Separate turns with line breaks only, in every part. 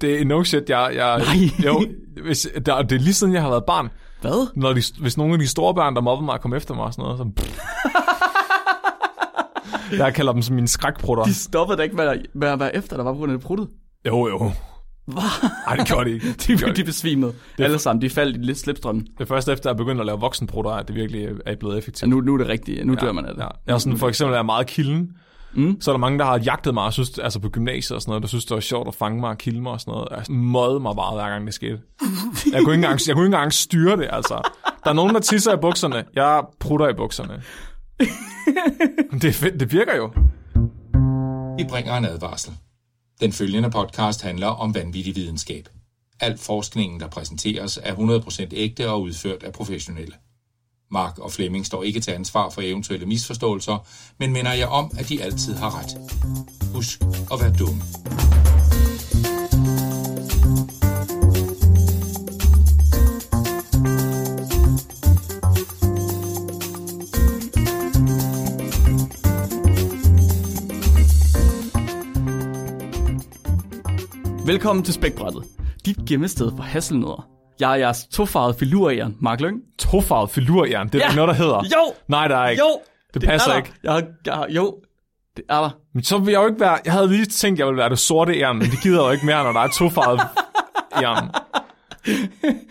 det er no shit, jeg... jeg
Nej.
Jo, hvis, der, det er lige siden, jeg har været barn.
Hvad?
Når de, hvis nogle af de store børn, der mobber mig, kommer efter mig og sådan noget, så... jeg kalder dem som mine skrækprutter.
De stoppede da ikke med at, med at være efter, der var på grund af det pruttet.
Jo, jo.
Hvad?
Ej, det gjorde de ikke. Det, gjorde de,
De, de
ikke.
besvimede. Alle sammen, de faldt i lidt slipstrømmen.
det er først efter, at jeg begyndte at lave voksenprutter, at det virkelig er blevet
Ja,
effektivt.
nu, nu er det rigtigt. Nu ja, dør man af det.
Ja. Jeg er sådan, for eksempel er jeg meget kilden. Mm. Så er der mange, der har jagtet mig, og synes, altså på gymnasiet og sådan noget, der synes, det var sjovt at fange mig og kilde mig og sådan noget. Jeg mødte mig bare, hver gang det skete. Jeg kunne, ikke engang, jeg kunne ikke engang styre det, altså. Der er nogen, der tisser i bukserne. Jeg prutter i bukserne. det, er fedt, det virker jo.
Vi bringer en advarsel. Den følgende podcast handler om vanvittig videnskab. Al forskningen, der præsenteres, er 100% ægte og udført af professionelle. Mark og Flemming står ikke til ansvar for eventuelle misforståelser, men minder jeg om, at de altid har ret. Husk at være dumme.
Velkommen til Spækbrættet. Dit gemmested for hasselnødder. Jeg er jeres tofarede filurjern, Mark Lyng.
Tofarvet filurjern, det er ja. noget, der hedder.
Jo!
Nej, der er ikke.
Jo!
Det passer
er der.
ikke.
Jeg har, jeg har, jo, det er der.
Men så vil jeg jo ikke være... Jeg havde lige tænkt, jeg ville være det sorte jern, men det gider jeg jo ikke mere, når der er tofarvet jern.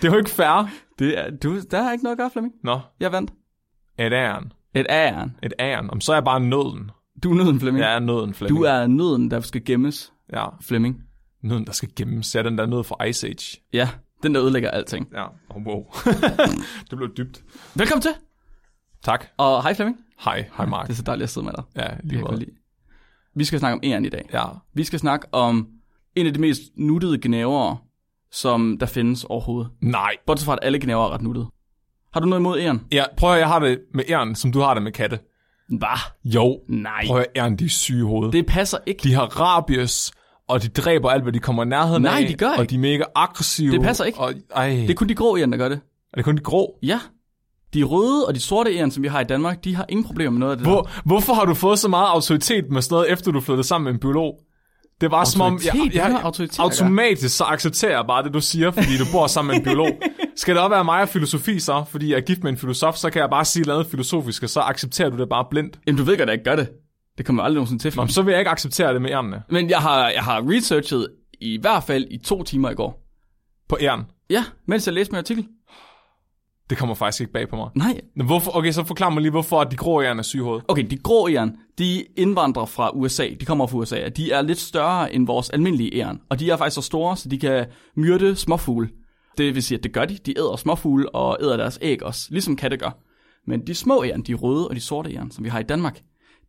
Det er jo ikke fair.
Det er, du, der er ikke noget at gøre, Flemming.
Nå,
Jeg vandt.
et æren.
Et æren.
Et æren. Om så er jeg bare nøden.
Du er nøden, Flemming.
Jeg er nøden, Flemming.
Du er nøden, der skal gemmes,
Ja,
Flemming.
nøden, der skal gemmes. Ja, den der nød fra Ice Age.
Ja, den der ødelægger alting.
Ja, oh, wow. det blev dybt.
Velkommen til.
Tak.
Og hej, Flemming.
Hej, hej Mark.
Det er så dejligt at sidde med dig. Det
Ja,
kan
lige
jeg godt
måde.
lide. Vi skal snakke om æren i dag.
Ja,
Vi skal snakke om en af de mest nuttede gnavere, som der findes overhovedet.
nej.
Bortset fra, at alle gnavere er ret nuttede. Har du noget imod æren?
Ja, prøv at høre, jeg har det med æren, som du har det med katte.
Bah,
Jo.
nej.
Prøv at høre, æren, de er syge i hovedet.
Det passer ikke.
De har rabies, og de dræber alt, hvad de kommer i nærheden
Nej,
af.
de gør
Og
ikke.
de er mega aggressive.
Det passer ikke.
Og, ej,
Det er kun de grå æren, der gør det.
er det kun de grå?
Ja. De røde og de sorte æren, som vi har i Danmark, de har ingen problemer med noget af det der.
Hvor, hvorfor har du fået så meget autoritet med sådan noget, efter du flyttede sammen med en biolog? Det var som om,
Autoritet? Det har autoritet at gøre.
automatisk så accepterer jeg bare det, du siger, fordi du bor sammen med en biolog. Skal det også være mig og filosofi så, fordi jeg er gift med en filosof, så kan jeg bare sige noget filosofisk, og så accepterer du det bare blindt.
Jamen, du ved godt, at jeg ikke gør det. Det kommer jeg aldrig nogensinde til.
Nå, men så vil jeg ikke acceptere det med ærnene.
Men jeg har, jeg har researchet i hvert fald i to timer i går.
På ærn.
Ja, mens jeg læste min artikel.
Det kommer faktisk ikke bag på mig.
Nej.
Men hvorfor, okay, så forklar mig lige, hvorfor at de grå ærn er syge i hovedet.
Okay, de grå æren, de indvandrer fra USA. De kommer fra USA. og De er lidt større end vores almindelige æren. Og de er faktisk så store, så de kan myrde småfugle. Det vil sige, at det gør de. De æder småfugle og æder deres æg også, ligesom katte gør. Men de små æren, de røde og de sorte æren, som vi har i Danmark,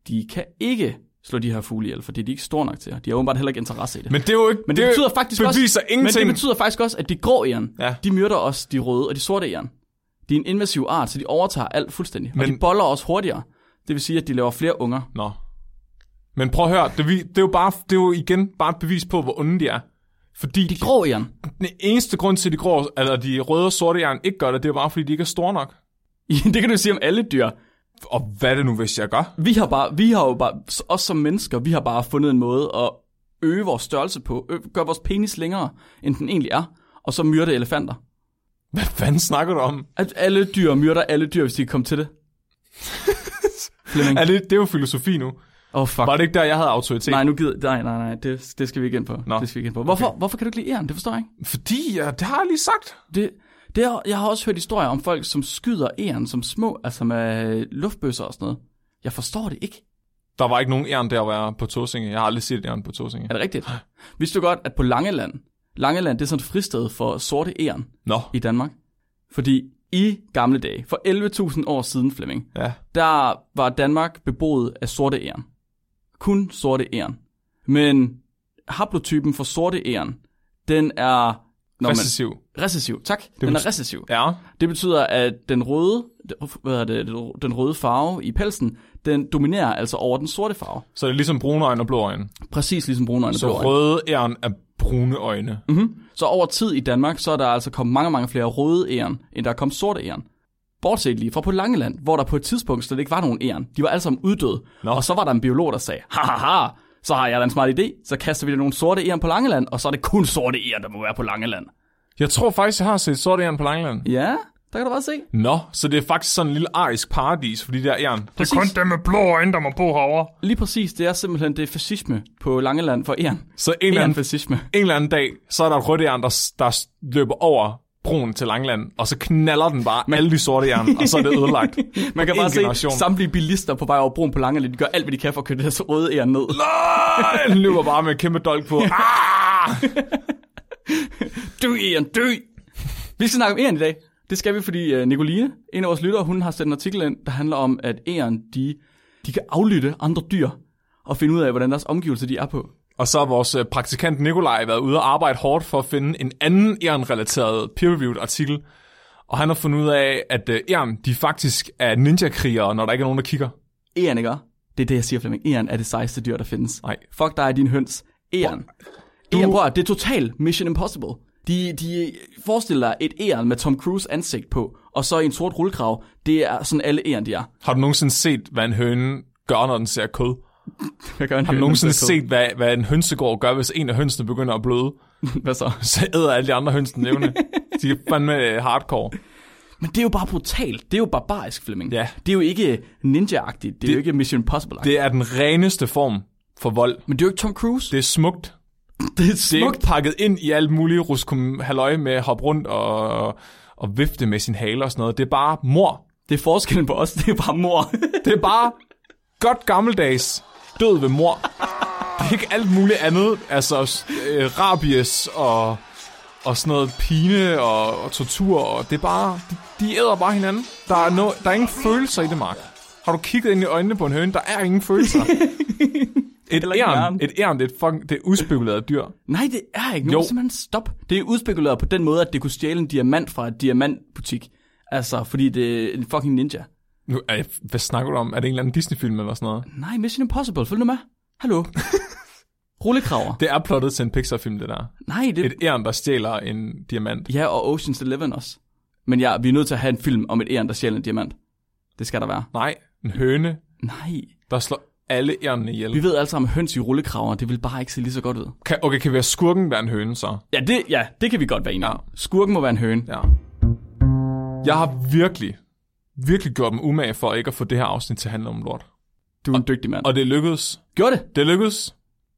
de kan ikke slå de her fugle ihjel, fordi de er ikke store nok til. Og de har åbenbart heller ikke interesse i det.
Men det er jo ikke...
Men det, det
er-
betyder faktisk
beviser
også,
ingenting.
Men det betyder faktisk også, at de grå æren,
Ja.
ja. de myrder også de røde og de sorte æren. De er en invasiv art, så de overtager alt fuldstændig. Men, og
Men-
de boller også hurtigere. Det vil sige, at de laver flere unger.
Nå. Men prøv at høre, det, vi- det, er jo bare, det er jo igen bare et bevis på, hvor onde de er. Fordi
De grå æren.
Den eneste grund til, at de, grå, eller de røde og sorte jern ikke gør det, det er bare, fordi de ikke er store nok.
det kan du sige om alle dyr.
Og hvad er det nu, hvis jeg gør?
Vi har, bare, vi har jo bare, os som mennesker, vi har bare fundet en måde at øge vores størrelse på, ø- gøre vores penis længere, end den egentlig er, og så myrde elefanter.
Hvad fanden snakker du om?
At alle dyr myrder alle dyr, hvis de kan komme til det. Flemming.
Er det, det er jo filosofi nu.
Åh, oh, fuck.
Var det ikke der, jeg havde autoritet?
Nej, nu gider... Nej, nej, nej, det, det skal vi ikke ind på.
Nå.
Det skal vi ikke ind på. Hvorfor, okay. hvorfor kan du ikke lide æren? Det forstår jeg ikke.
Fordi, ja, det har jeg lige sagt.
Det, det er, jeg har også hørt historier om folk, som skyder æren som små, altså med luftbøsser og sådan noget. Jeg forstår det ikke.
Der var ikke nogen jern der, hvor jeg er på Torsinge. Jeg har aldrig set jern på Torsinge.
Er det rigtigt? Vidste du godt, at på Langeland, Langeland det er sådan et fristed for sorte æren
Nå.
i Danmark? Fordi i gamle dage, for 11.000 år siden, Flemming,
Ja.
der var Danmark beboet af sorte æren. Kun sorte æren. Men haplotypen for sorte æren, den er... Når man,
Recessiv.
recessiv, tak. Den
betyder-
er recessiv.
Ja.
Det betyder, at den røde, hvad hedder det, den røde farve i pelsen, den dominerer altså over den sorte farve.
Så det er ligesom brune øjne og blå øjne.
Præcis ligesom brunøjne
Så røde jern er brune øjne.
Så over tid i Danmark, så er der altså kommet mange, mange flere røde æren, end der er kommet sorte æren. Bortset lige fra på Langeland, hvor der på et tidspunkt slet ikke var nogen æren. De var alle sammen uddøde.
Nå.
Og så var der en biolog, der sagde, ha ha ha, Så har jeg da en smart idé, så kaster vi da nogle sorte æren på Langeland, og så er det kun sorte æren, der må være på Langeland.
Jeg tror faktisk, jeg har set sort æren på Langeland.
Ja, der kan du bare se.
Nå, så det er faktisk sådan en lille arisk paradis for de der æren.
Det er kun dem med blå øjne, der må bo herovre.
Lige præcis, det er simpelthen det er fascisme på Langeland for æren.
Så en eller,
Æren
anden,
fascisme.
en eller anden dag, så er der et rødt æren, der, s- der s- løber over broen til Langland, og så knaller den bare med alle de sorte jern, og så er det ødelagt.
Man kan
En
bare se
generation.
samtlige bilister på vej over broen på Langeland, de gør alt, hvad de kan for at køre deres røde æren ned.
Nej, den løber bare med en kæmpe dolk på. Ah!
Dø, Ian, dø! Vi skal snakke om Ian i dag. Det skal vi, fordi uh, Nicoline, en af vores lyttere, hun har sendt en artikel ind, der handler om, at Ian, de, de kan aflytte andre dyr og finde ud af, hvordan deres omgivelser de er på.
Og så har vores øh, praktikant Nikolaj været ude og arbejde hårdt for at finde en anden Eren-relateret peer-reviewed artikel. Og han har fundet ud af, at øh, Eren, de faktisk er ninja-krigere, når der ikke er nogen, der kigger.
Ian, ikke? Det er det, jeg siger, Flemming. Ian er det sejeste dyr, der findes.
Nej.
Fuck dig, din høns. Ian. Du... Ian, bror, det er total Mission Impossible. De, de forestiller dig et æren med Tom Cruise ansigt på, og så en sort rullekrav. Det er sådan alle æren, de er.
Har du nogensinde set, hvad en høne gør, når den ser kød?
Jeg gør en
Har du nogensinde set, hvad, hvad en hønsegård gør, hvis en af hønsene begynder at bløde?
Hvad så?
Så æder alle de andre hønsene evne. De er fandme øh, hardcore.
Men det er jo bare brutalt. Det er jo barbarisk, Flemming.
Ja.
Det er jo ikke ninja-agtigt. Det, det er jo ikke Mission impossible det,
Det er den reneste form for vold.
Men det er jo ikke Tom Cruise.
Det er smukt.
det er
Det er
smukt.
ikke pakket ind i alt muligt ruskum halløj med at hoppe rundt og, og vifte med sin hale og sådan noget. Det er bare mor.
Det er forskellen på os. Det er bare mor.
Det er bare godt gammeldags død ved mor. Det er ikke alt muligt andet. Altså s- øh, rabies og, og sådan noget pine og, og tortur. Og det er bare, de, de æder bare hinanden. Der er, no, der er ingen følelser i det, Mark. Har du kigget ind i øjnene på en høne? Der er ingen følelser. Et
Heller ikke
æren,
hjernen.
et æren, det er, et fucking, det er udspekuleret dyr.
Nej, det er ikke. Nu er
Jo.
det simpelthen stop. Det er udspekuleret på den måde, at det kunne stjæle en diamant fra et diamantbutik. Altså, fordi det er en fucking ninja.
Nu, er jeg, hvad snakker du om? Er det en eller anden Disney-film eller sådan noget?
Nej, Mission Impossible. Følg nu med. Hallo. Rullekraver. Det...
Det er plottet til en Pixar-film, det der.
Nej, det...
Et æren, der stjæler en diamant.
Ja, og Ocean's Eleven også. Men ja, vi er nødt til at have en film om et æren, der stjæler en diamant. Det skal der være.
Nej, en høne,
Nej.
der slår alle ærnene ihjel.
Vi ved alle sammen, at høns i rullekraver, det vil bare ikke se lige så godt ud.
Kan, okay, kan vi have skurken være en høne så?
Ja, det, ja, det kan vi godt være enige om. Skurken må være en høne.
Ja. Jeg har virkelig, virkelig gjort mig umage for ikke at få det her afsnit til at handle om lort.
Du er en dygtig mand. Og
Og det lykkedes.
gjorde det,
Det lykkedes.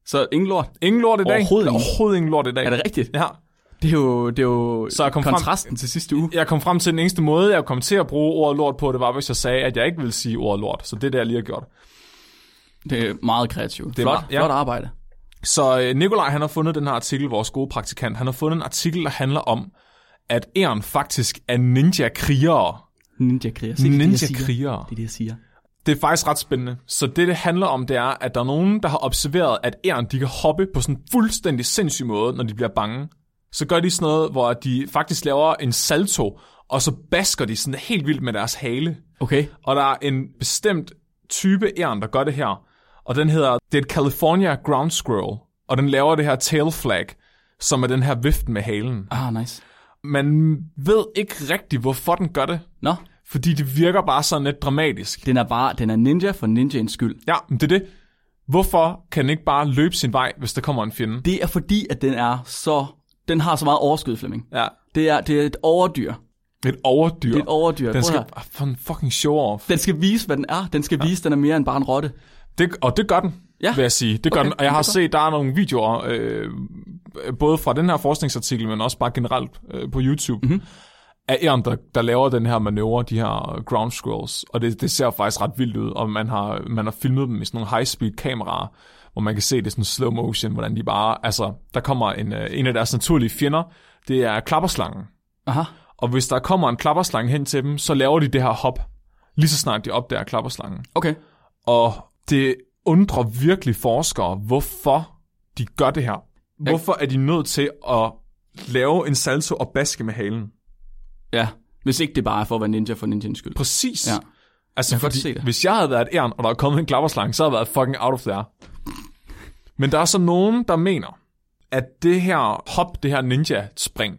så ingen lort.
Ingen lort i dag.
Overhovedet
Der er
ikke.
Overhovedet ingen lort i dag.
Er det rigtigt?
Ja.
Det er jo, det er jo
Så jeg kom frem-
kontrasten frem. til sidste uge.
Jeg kom frem til den eneste måde, jeg kom til at bruge ordet lort på, det var, hvis jeg sagde, at jeg ikke ville sige ordet lort. Så det er det, jeg lige har gjort.
Det er meget kreativt.
er
Det er flot,
meget- ja.
flot arbejde.
Så øh, Nikolaj, han har fundet den her artikel, vores gode praktikant, han har fundet en artikel, der handler om, at æren faktisk er ninja-krigere.
Ninja kriger.
Ninja-krigere.
Det er det, jeg siger.
Det er faktisk ret spændende. Så det, det handler om, det er, at der er nogen, der har observeret, at æren, de kan hoppe på sådan en fuldstændig sindssyg måde, når de bliver bange. Så gør de sådan noget, hvor de faktisk laver en salto, og så basker de sådan helt vildt med deres hale.
Okay.
Og der er en bestemt type æren, der gør det her. Og den hedder, det er et California Ground Squirrel. Og den laver det her tail flag, som er den her vift med halen.
Ah, nice.
Man ved ikke rigtigt, hvorfor den gør det.
Nå,
Fordi det virker bare sådan lidt dramatisk.
den er bare, den er ninja for ninjaens skyld.
Ja, men det er det. Hvorfor kan den ikke bare løbe sin vej, hvis der kommer en fjende?
Det er fordi, at den er så, den har så meget overskud, Flemming.
Ja.
Det er, det er et overdyr.
Et overdyr.
Det er et overdyr.
Den
Prøv
skal
her.
ah, for en fucking show off.
den skal vise, hvad den er. Den skal vise, at den er mere end bare en rotte.
Det, og det gør den, ja.
Ja.
vil jeg sige. Det gør
Okay,
den. Og jeg har
det er
set, der er nogle videoer, øh, både fra den her forskningsartikel, men også bare generelt øh, på YouTube,
Mhm.
mm-hmm. af æren, der, der laver den her manøvre, de her ground squirrels. Og det, det ser faktisk ret vildt ud, og man har, man har filmet dem i sådan nogle high-speed kameraer, hvor man kan se det sådan slow motion, hvordan de bare... Altså, der kommer en, øh, en af deres naturlige fjender, det er klapperslangen.
Aha.
Og hvis der kommer en klapperslange hen til dem, så laver de det her hop, lige så snart de opdager klapperslangen.
Okay.
Og det undrer virkelig forskere, hvorfor de gør det her. Hvorfor er de nødt til at lave en salto og baske med halen?
Ja, hvis ikke det bare er for at være ninja for ninjens skyld.
Præcis.
Ja.
Altså,
godt
fordi,
se det.
hvis jeg havde været et æren, og der var kommet en klapperslange, så havde jeg været fucking out of there. Men der er så nogen, der mener, at det her hop, det her ninja-spring,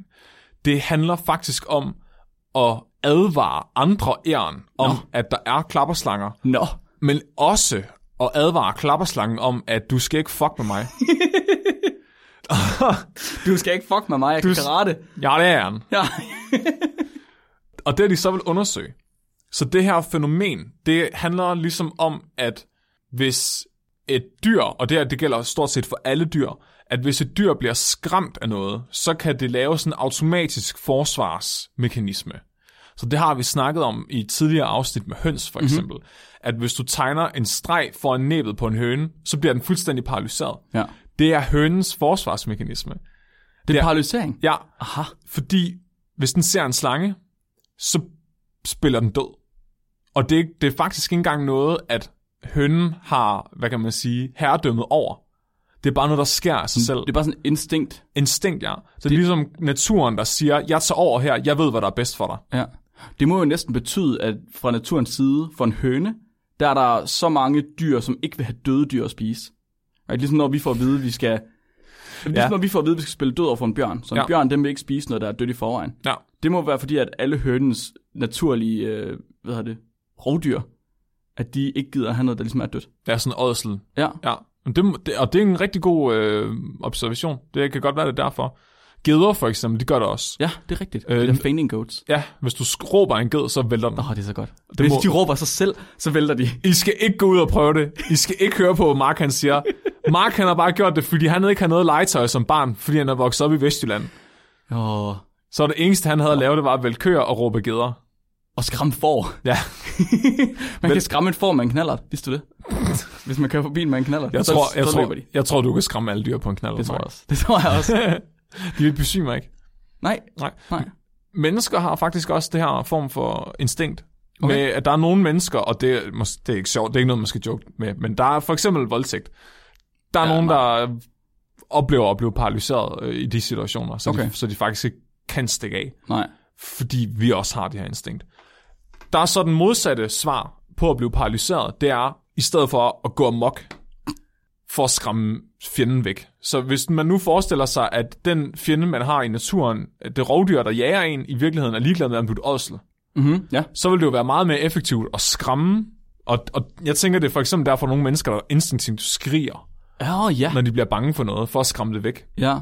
det handler faktisk om at advare andre æren om, Nå. at der er klapperslanger,
Nå,
men også og advarer klapperslangen om, at du skal ikke fuck med mig.
Du skal ikke fuck med mig, jeg
Du
kan
s-
karate.
Jeg er han.
Ja.
Og det har de så vil undersøge. Så det her fænomen, det handler ligesom om, at hvis et dyr, og det, her, det gælder stort set for alle dyr, at hvis et dyr bliver skræmt af noget, så kan det lave sådan en automatisk forsvarsmekanisme. Så det har vi snakket om i et tidligere afsnit med høns, for eksempel. Mm-hmm. At hvis du tegner en streg foran næbet på en høne, så bliver den fuldstændig paralyseret.
ja.
Det er hønens forsvarsmekanisme.
Det er
Ja.
paralysering.
Ja,
Aha.
fordi hvis den ser en slange, så spiller den død. Og det, er ikke- det er faktisk ikke engang noget, at hønnen har, hvad kan man sige, herredømmet over. Det er bare noget, der sker af sig selv.
Det er bare sådan et instinkt.
Instinkt, ja. Så det er ligesom naturen, der siger, jeg tager over her, jeg ved, hvad der er bedst for dig.
Ja. Det må jo næsten betyde, at fra naturens side, for en høne, der er der så mange dyr, som ikke vil have døde dyr at spise. Right? Ligesom når vi får at vide, at vi skal... Ligesom
Ja.
når vi får at vide, at vi skal spille død over for en bjørn. Så en
Ja.
ja. bjørn, den vil ikke spise noget, der er dødt i forvejen.
Ja,
Det må være fordi, at alle hønens naturlige, øh, hvad hedder det, rovdyr, at de ikke gider at have noget, der ligesom er dødt.
det er sådan ådsel.
Ja.
Ja, Men det, det, og det er en rigtig god øh, observation. Det kan godt være, det er derfor. Geder for eksempel, de gør det også.
Ja, det er rigtigt.
Øh,
Øh, det
n-
er fainting goats.
Ja, hvis du sk- råber en ged, så vælter den.
Åh, oh, det er så godt. Det
Det
Hvis
må-
må... de råber sig selv, så vælter de.
I skal ikke gå ud og prøve det. I skal ikke høre på, hvad Mark han siger. Mark han har bare gjort det, fordi han ikke havde noget legetøj som barn, fordi han er vokset op i Vestjylland.
Åh,
Så det eneste, han havde at lave, det var at vælge køer og råbe geder.
og skræm får.
Ja,
Man kan skræmme et får med en knaller, vidste du det? Hvis man kører forbi en med en knaller,
jeg
så,
tror,
så,
jeg,
så
tror,
løber de.
jeg tror, du kan skræmme alle dyr på en knald.
Det tror jeg også. Det tror jeg også.
De vil besvime mig ikke.
Nej,
Nej.
nej.
Mennesker har faktisk også det her form for instinkt. Okay. Med, at der er nogle mennesker, og det, er mås- det er ikke sjovt, det er ikke noget, man skal joke med, men der er for eksempel voldtægt. Der er ja,
Ja,
nogen, der oplever at blive paralyseret øh, i de situationer, så, okay.
Okay.
de, så de faktisk ikke kan stikke af,
Nej.
fordi vi også har det her instinkt. Der er så den modsatte svar på at blive paralyseret, det er, i stedet for at gå amok, for at skræmme fjenden væk. Så hvis man nu forestiller sig, at den fjende, man har i naturen, det rovdyr, der jager en, i virkeligheden er ligeglad med, om du er et ådsel,
Mm-hmm. Ja.
så vil det jo være meget mere effektivt at skræmme. Og, og jeg tænker, det er for eksempel derfor nogle mennesker, der instinktivt skriger,
Åh, oh, ja.
når de bliver bange for noget, for at skræmme det væk.
ja.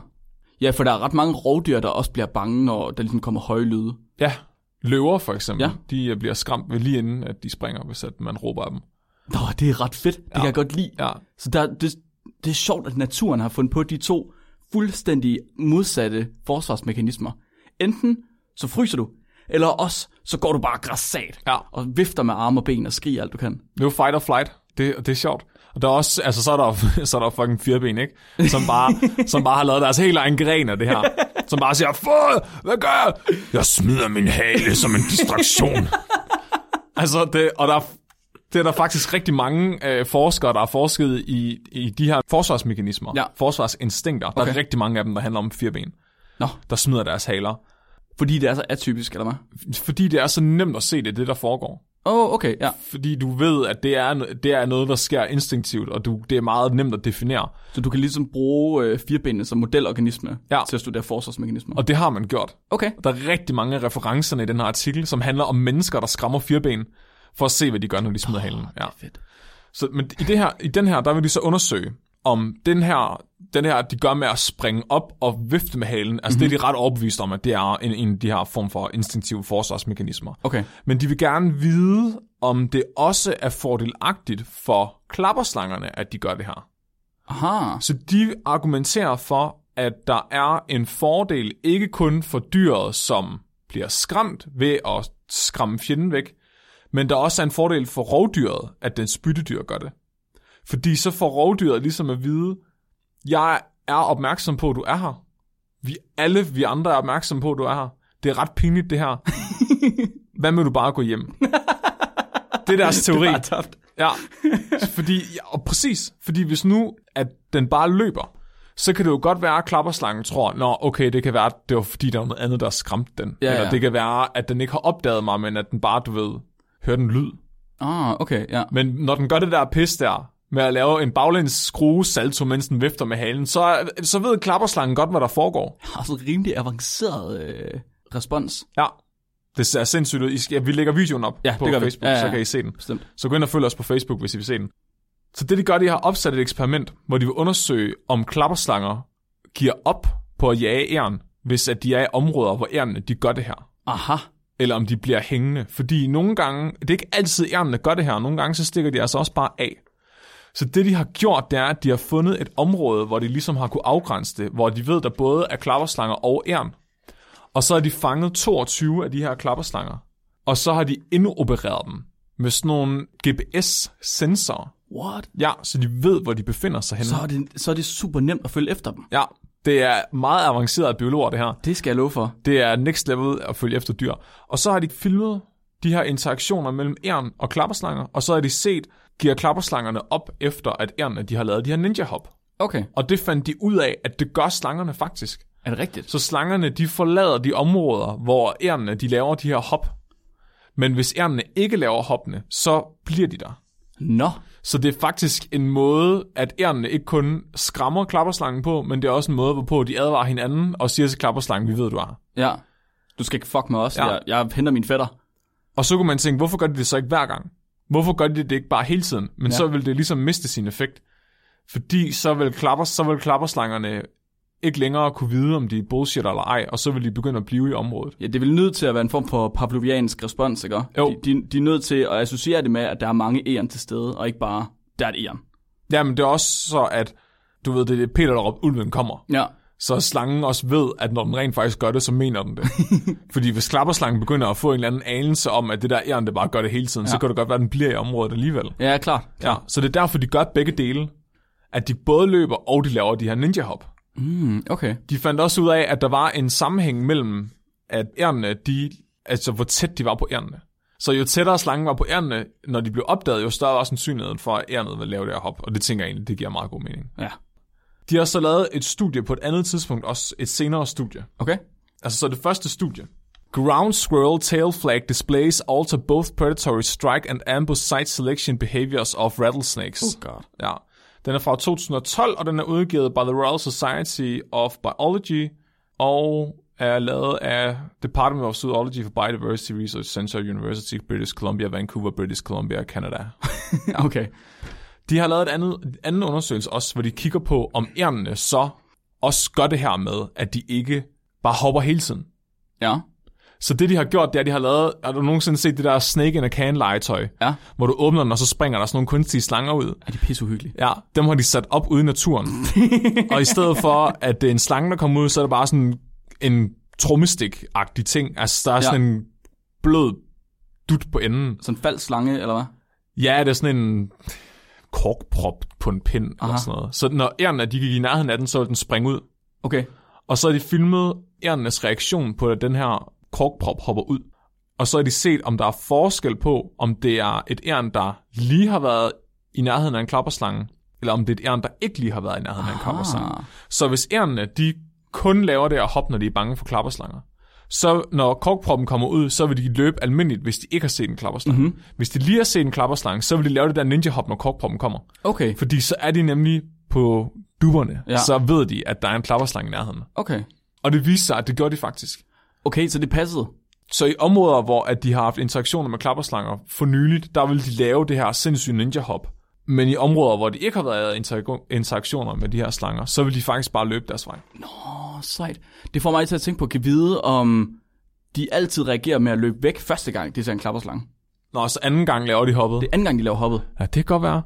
Ja, for der er ret mange rovdyr, der også bliver bange, når der ligesom kommer høje lyde.
Ja, løver for eksempel, ja.
Ja.
de øh, bliver skræmt ved lige inden, at de springer, hvis at man råber af dem.
Nå, det er ret fedt. Det ja. kan jeg godt lide.
Ja,
Så der, det, det er sjovt, at naturen har fundet på de to fuldstændig modsatte forsvarsmekanismer. Enten så fryser du, eller også så går du bare græssat
Ja.
og vifter med arme og ben og skriger alt du kan.
det er jo fight or flight, det, og det er sjovt. Og der er også, altså så er der, så er der fucking fireben, ikke? Som bare, som bare har lavet deres helt egen gren af det her. Som bare siger, fod, hvad gør jeg? Jeg smider min hale som en distraktion. altså, det, og der er, det er der faktisk rigtig mange øh, forskere, der har forsket i, i de her forsvarsmekanismer,
Ja.
forsvarsinstinkter. Der okay. er
Okay.
rigtig mange af dem, der handler om fireben,
Nå,
der smider deres haler.
fordi det er så atypisk, eller hvad?
Fordi det er så nemt at se det, det der foregår.
Åh, oh, okay, ja.
Fordi du ved, at det er, det er noget, der sker instinktivt, og du, det er meget nemt at definere.
Så du kan ligesom bruge øh, firbenene som modelorganisme
Ja.
til at studere forsvarsmekanismer.
Og det har man gjort.
Okay.
Der er rigtig mange af referencerne i den her artikel, som handler om mennesker, der skræmmer firben, for at se, hvad de gør, når de smider halen. Ja.
Fedt.
Så, men i, det her, i den her, der vil de så undersøge, om den her, den her, de gør med at springe op og vifte med halen, altså mm-hmm. det er de ret overbevist om, at det er en, en af de her form for instinktive forsvarsmekanismer.
Okay.
Men de vil gerne vide, om det også er fordelagtigt for klapperslangerne, at de gør det her.
Aha.
Så de argumenterer for, at der er en fordel ikke kun for dyret, som bliver skræmt ved at skræmme fjenden væk, men der også er en fordel for rovdyret, at den spyttedyr gør det. Fordi så får rovdyret ligesom at vide, jeg er opmærksom på, at du er her. Vi alle, vi andre er opmærksom på, at du er her. Det er ret pinligt, det her. Hvad med du bare gå hjem? Det er deres teori.
Det er bare tabt.
Ja, fordi, ja, og præcis, fordi hvis nu, at den bare løber, så kan det jo godt være, at klapperslangen tror, nå, okay, det kan være, at det var fordi, der var noget andet, der skræmte den.
Ja,
Eller
ja.
det kan være, at den ikke har opdaget mig, men at den bare, du ved, hører den lyd.
Ah, okay, ja.
Men når den gør det der pis der, med at lave en baglæns skrue salto, mens den vifter med halen, så, så ved klapperslangen godt, hvad der foregår.
Har sådan en rimelig avanceret øh, respons.
Ja, det ser sindssygt ud. I skal, vi lægger videoen op
Ja,
på
det gør vi.
Facebook,
Ja, ja,
så
ja.
kan I se den.
Bestemt.
Så gå ind og følg os på Facebook, hvis I vil se den. Så det, de gør, de har opsat et eksperiment, hvor de vil undersøge, om klapperslanger giver op på at jage æren, hvis at de er i områder, hvor ærerne de gør det her.
Aha.
Eller om de bliver hængende. Fordi nogle gange, det er ikke altid ærerne, der gør det her, nogle gange så stikker de altså også bare af. Så det, de har gjort, det er, at de har fundet et område, hvor de ligesom har kunne afgrænse det, hvor de ved, der både er klapperslanger og ærn. Og så har de fanget 22 af de her klapperslanger. Og så har de indopereret dem med sådan nogle GPS-sensorer.
What?
Ja, så de ved, hvor de befinder sig henne.
Så er, det, så er det super nemt at følge efter dem.
Ja, det er meget avancerede biologer, det her.
Det skal jeg love for.
Det er next level at følge efter dyr. Og så har de filmet de her interaktioner mellem æren og klapperslanger, og så har de set, giver klapperslangerne op efter, at ærerne de har lavet de her ninja hop.
Okay.
Og det fandt de ud af, at det gør slangerne faktisk.
Er det rigtigt?
Så slangerne, de forlader de områder, hvor ærerne, de laver de her hop. Men hvis ærerne ikke laver hoppene, så bliver de der.
Nå.
Så det er faktisk en måde, at ærnene ikke kun skræmmer klapperslangen på, men det er også en måde, hvorpå de advarer hinanden og siger til klapperslangen, vi ved, du er.
Ja. Du skal ikke fuck med os.
Ja.
Ja. Jeg, jeg henter min fætter.
Og så kunne man tænke, hvorfor gør de det så ikke hver gang? Hvorfor gør de det ikke bare hele tiden? Men ja. så vil det ligesom miste sin effekt. Fordi så vil, klapper, så vil klapperslangerne ikke længere kunne vide, om de er bullshit eller ej, og så vil de begynde at blive i området.
Ja, det vil nødt til at være en form for pavloviansk respons, ikke?
Jo.
De, de, de er nødt til at associere det med, at der er mange æren til stede, og ikke bare, der er et æren.
Jamen, det er også så, at du ved, det er Peter, der råbte, ulven kommer.
Ja.
så slangen også ved, at når den rent faktisk gør det, så mener den det. Fordi hvis klapperslangen begynder at få en eller anden anelse om, at det der æren, det bare gør det hele tiden, ja. så kan det godt være, at den bliver i området alligevel.
Ja, klart.
Ja. Så det er derfor, de gør begge dele. At de både løber, og de laver de her ninja hop.
Mm, okay.
De fandt også ud af, at der var en sammenhæng mellem, at ærnene, de, altså hvor tæt de var på ærnene. Så jo tættere slangen var på ærnene, når de blev opdaget, jo større var sandsynligheden for, at ærnet ville lave det her hop. Og det tænker jeg egentlig, det giver meget god mening.
Ja.
De har så lavet et studie på et andet tidspunkt, også et senere studie,
Okay.
Altså, så det første studie. Ground squirrel tail flag displays alter both predatory strike and ambush site selection behaviors of rattlesnakes. Oh god. Ja. Den er fra 2012, og den er udgivet by the Royal Society of Biology, og er lavet af Department of Zoology for Biodiversity Research Center, University of British Columbia, Vancouver, British Columbia, Canada.
Okay.
De har lavet et andet, en anden undersøgelse også, hvor de kigger på, om ærnene så også gør det her med, at de ikke bare hopper hele tiden.
Ja.
Så det, de har gjort, det er, at de har lavet... Har du nogensinde set det der Snake in a Can legetøj?
Ja.
Hvor du åbner den, og så springer der sådan nogle kunstige slanger ud.
Er det pisseuhyggeligt?
Ja, dem har de sat op ude i naturen. og i stedet for, at det er en slange, der kommer ud, så er det bare sådan en trommestik-agtig ting. Altså, der er
Ja.
sådan en blød dut på enden.
Sådan en falsk slange, eller hvad?
Ja, det er sådan en korkprop på en pind eller
Aha.
sådan noget. Så når ærerne, de gik i nærheden af den, så ville den springe ud.
Okay.
Og så har de filmet ærenes reaktion på, at den her korkprop hopper ud. Og så har de set, om der er forskel på, om det er et ærn, der lige har været i nærheden af en klapperslange, eller om det er et ærn, der ikke lige har været i nærheden af en klapperslange.
Ah.
Så hvis ærnene, de kun laver det at hoppe, når de er bange for klapperslanger, så når korkproppen kommer ud, så vil de løbe almindeligt, hvis de ikke har set en klapperslange. Mm-hmm. Hvis de lige har set en klapperslange, så vil de lave det der ninja-hop, når korkproppen kommer.
Okay.
Fordi så er de nemlig på duberne. Ja.
Ja.
Så ved de, at der er en klapperslange i nærheden.
Okay.
Og det viste sig, at det gjorde de faktisk.
Okay, så det passede.
Så i områder, hvor at de har haft interaktioner med klapperslanger for nyligt, der vil de lave det her sindssyge ninja hop. Men i områder, hvor de ikke har været interago- interaktioner med de her slanger, så vil de faktisk bare løbe deres vej.
Åh, sejt. Det får mig til at tænke på, kan vide, om de altid reagerer med at løbe væk første gang, de ser en klapperslange.
Nå, så anden gang laver de hoppet.
Det
Det.
er anden gang, de laver hoppet.
Ja, det kan godt være.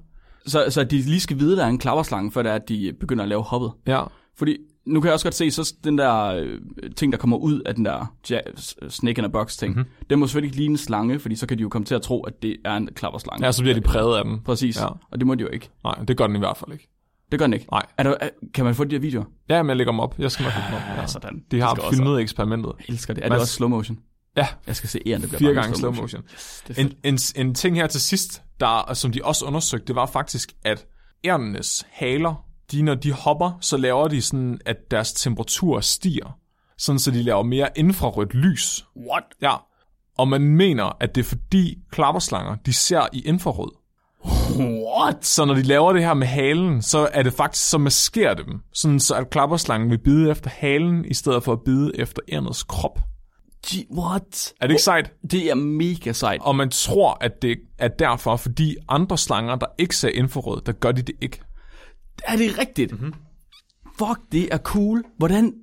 Så, så de lige skal vide, der er en klapperslange, før det er, at de begynder at lave hoppet.
Ja.
Fordi nu kan jeg også godt se, så den der øh, ting, der kommer ud af den der ja, s- snake in a box ting,
Mhm.
mm-hmm. den må selvfølgelig ikke ligne en slange, fordi så kan de jo komme til at tro, at det er en klapperslange.
ja, så bliver de præget af den.
Præcis,
Ja.
ja. og det må de jo ikke.
Nej, det gør den i hvert fald ikke.
Det gør den ikke.
Nej.
Er der, er, kan man få de her videoer?
Ja, men jeg lægger dem op. Jeg skal nok lægge dem op. Ja.
sådan.
De har
Det skal
filmet eksperimentet.
Jeg elsker det. Er
Mads-
det også slow motion?
Ja,
Jeg skal se æren, det bliver
fire
bare
gange slow motion.
Det er
En, en, en ting her til sidst, der, som de også undersøgte, det var faktisk, at ærnenes haler, de, når de hopper, så laver de sådan, at deres temperatur stiger. Sådan, så de laver mere infrarødt lys.
What?
Ja. Og man mener, at det er fordi klapperslanger, de ser i infrarød.
What?
Så når de laver det her med halen, så er det faktisk, så maskerer det dem. Sådan så, at klapperslangen vil bide efter halen, i stedet for at bide efter ærnets krop.
Gee, what?
Er det ikke sejt?
Det er mega sejt.
Og man tror, at det er derfor, fordi andre slanger, der ikke ser infrarød, der gør de det ikke.
Er det rigtigt?
Mhm.
Mm-hmm. Fuck, det er cool. Hvordan,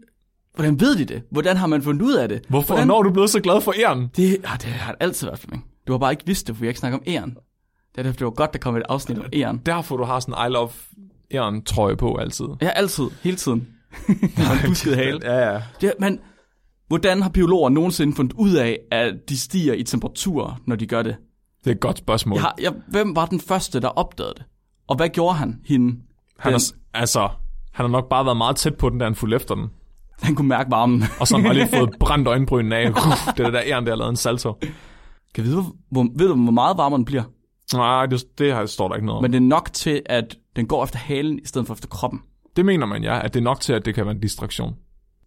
hvordan ved de det? Hvordan har man fundet ud af det?
Hvorfor?
Hvordan?
Når er du blevet så glad for æren?
Det, ah, det har det altid været for mig. Du har bare ikke vidst det, for vi har ikke snakket om æren. Det er derfor, det var godt, der kom et afsnit om æren.
Derfor du har sådan I love æren trøje på altid.
Ja, altid. Hele tiden. Og en busket hale.
Ja, ja.
Det, er- men hvordan har biologer nogensinde fundet ud af, at de stiger i temperatur, når de gør det?
Det er et godt spørgsmål.
Jeg har, jeg, hvem var den første, der opdagede det? Og hvad gjorde han hende?
han,
den,
har, altså, han har nok bare været meget tæt på den, da han fulgte efter den.
han kunne mærke varmen.
Og så har han bare lige fået brændt øjenbrynen af. Uff, det er det der æren, der har lavet en salto.
Kan vide, hvor, hvor, ved du, hvor meget varmere den bliver?
Nej, det, det her står der ikke noget om. Men,
Men det er nok til, at den går efter halen, i stedet for efter kroppen.
det mener man, ja, at det er nok til, at det kan være en distraktion.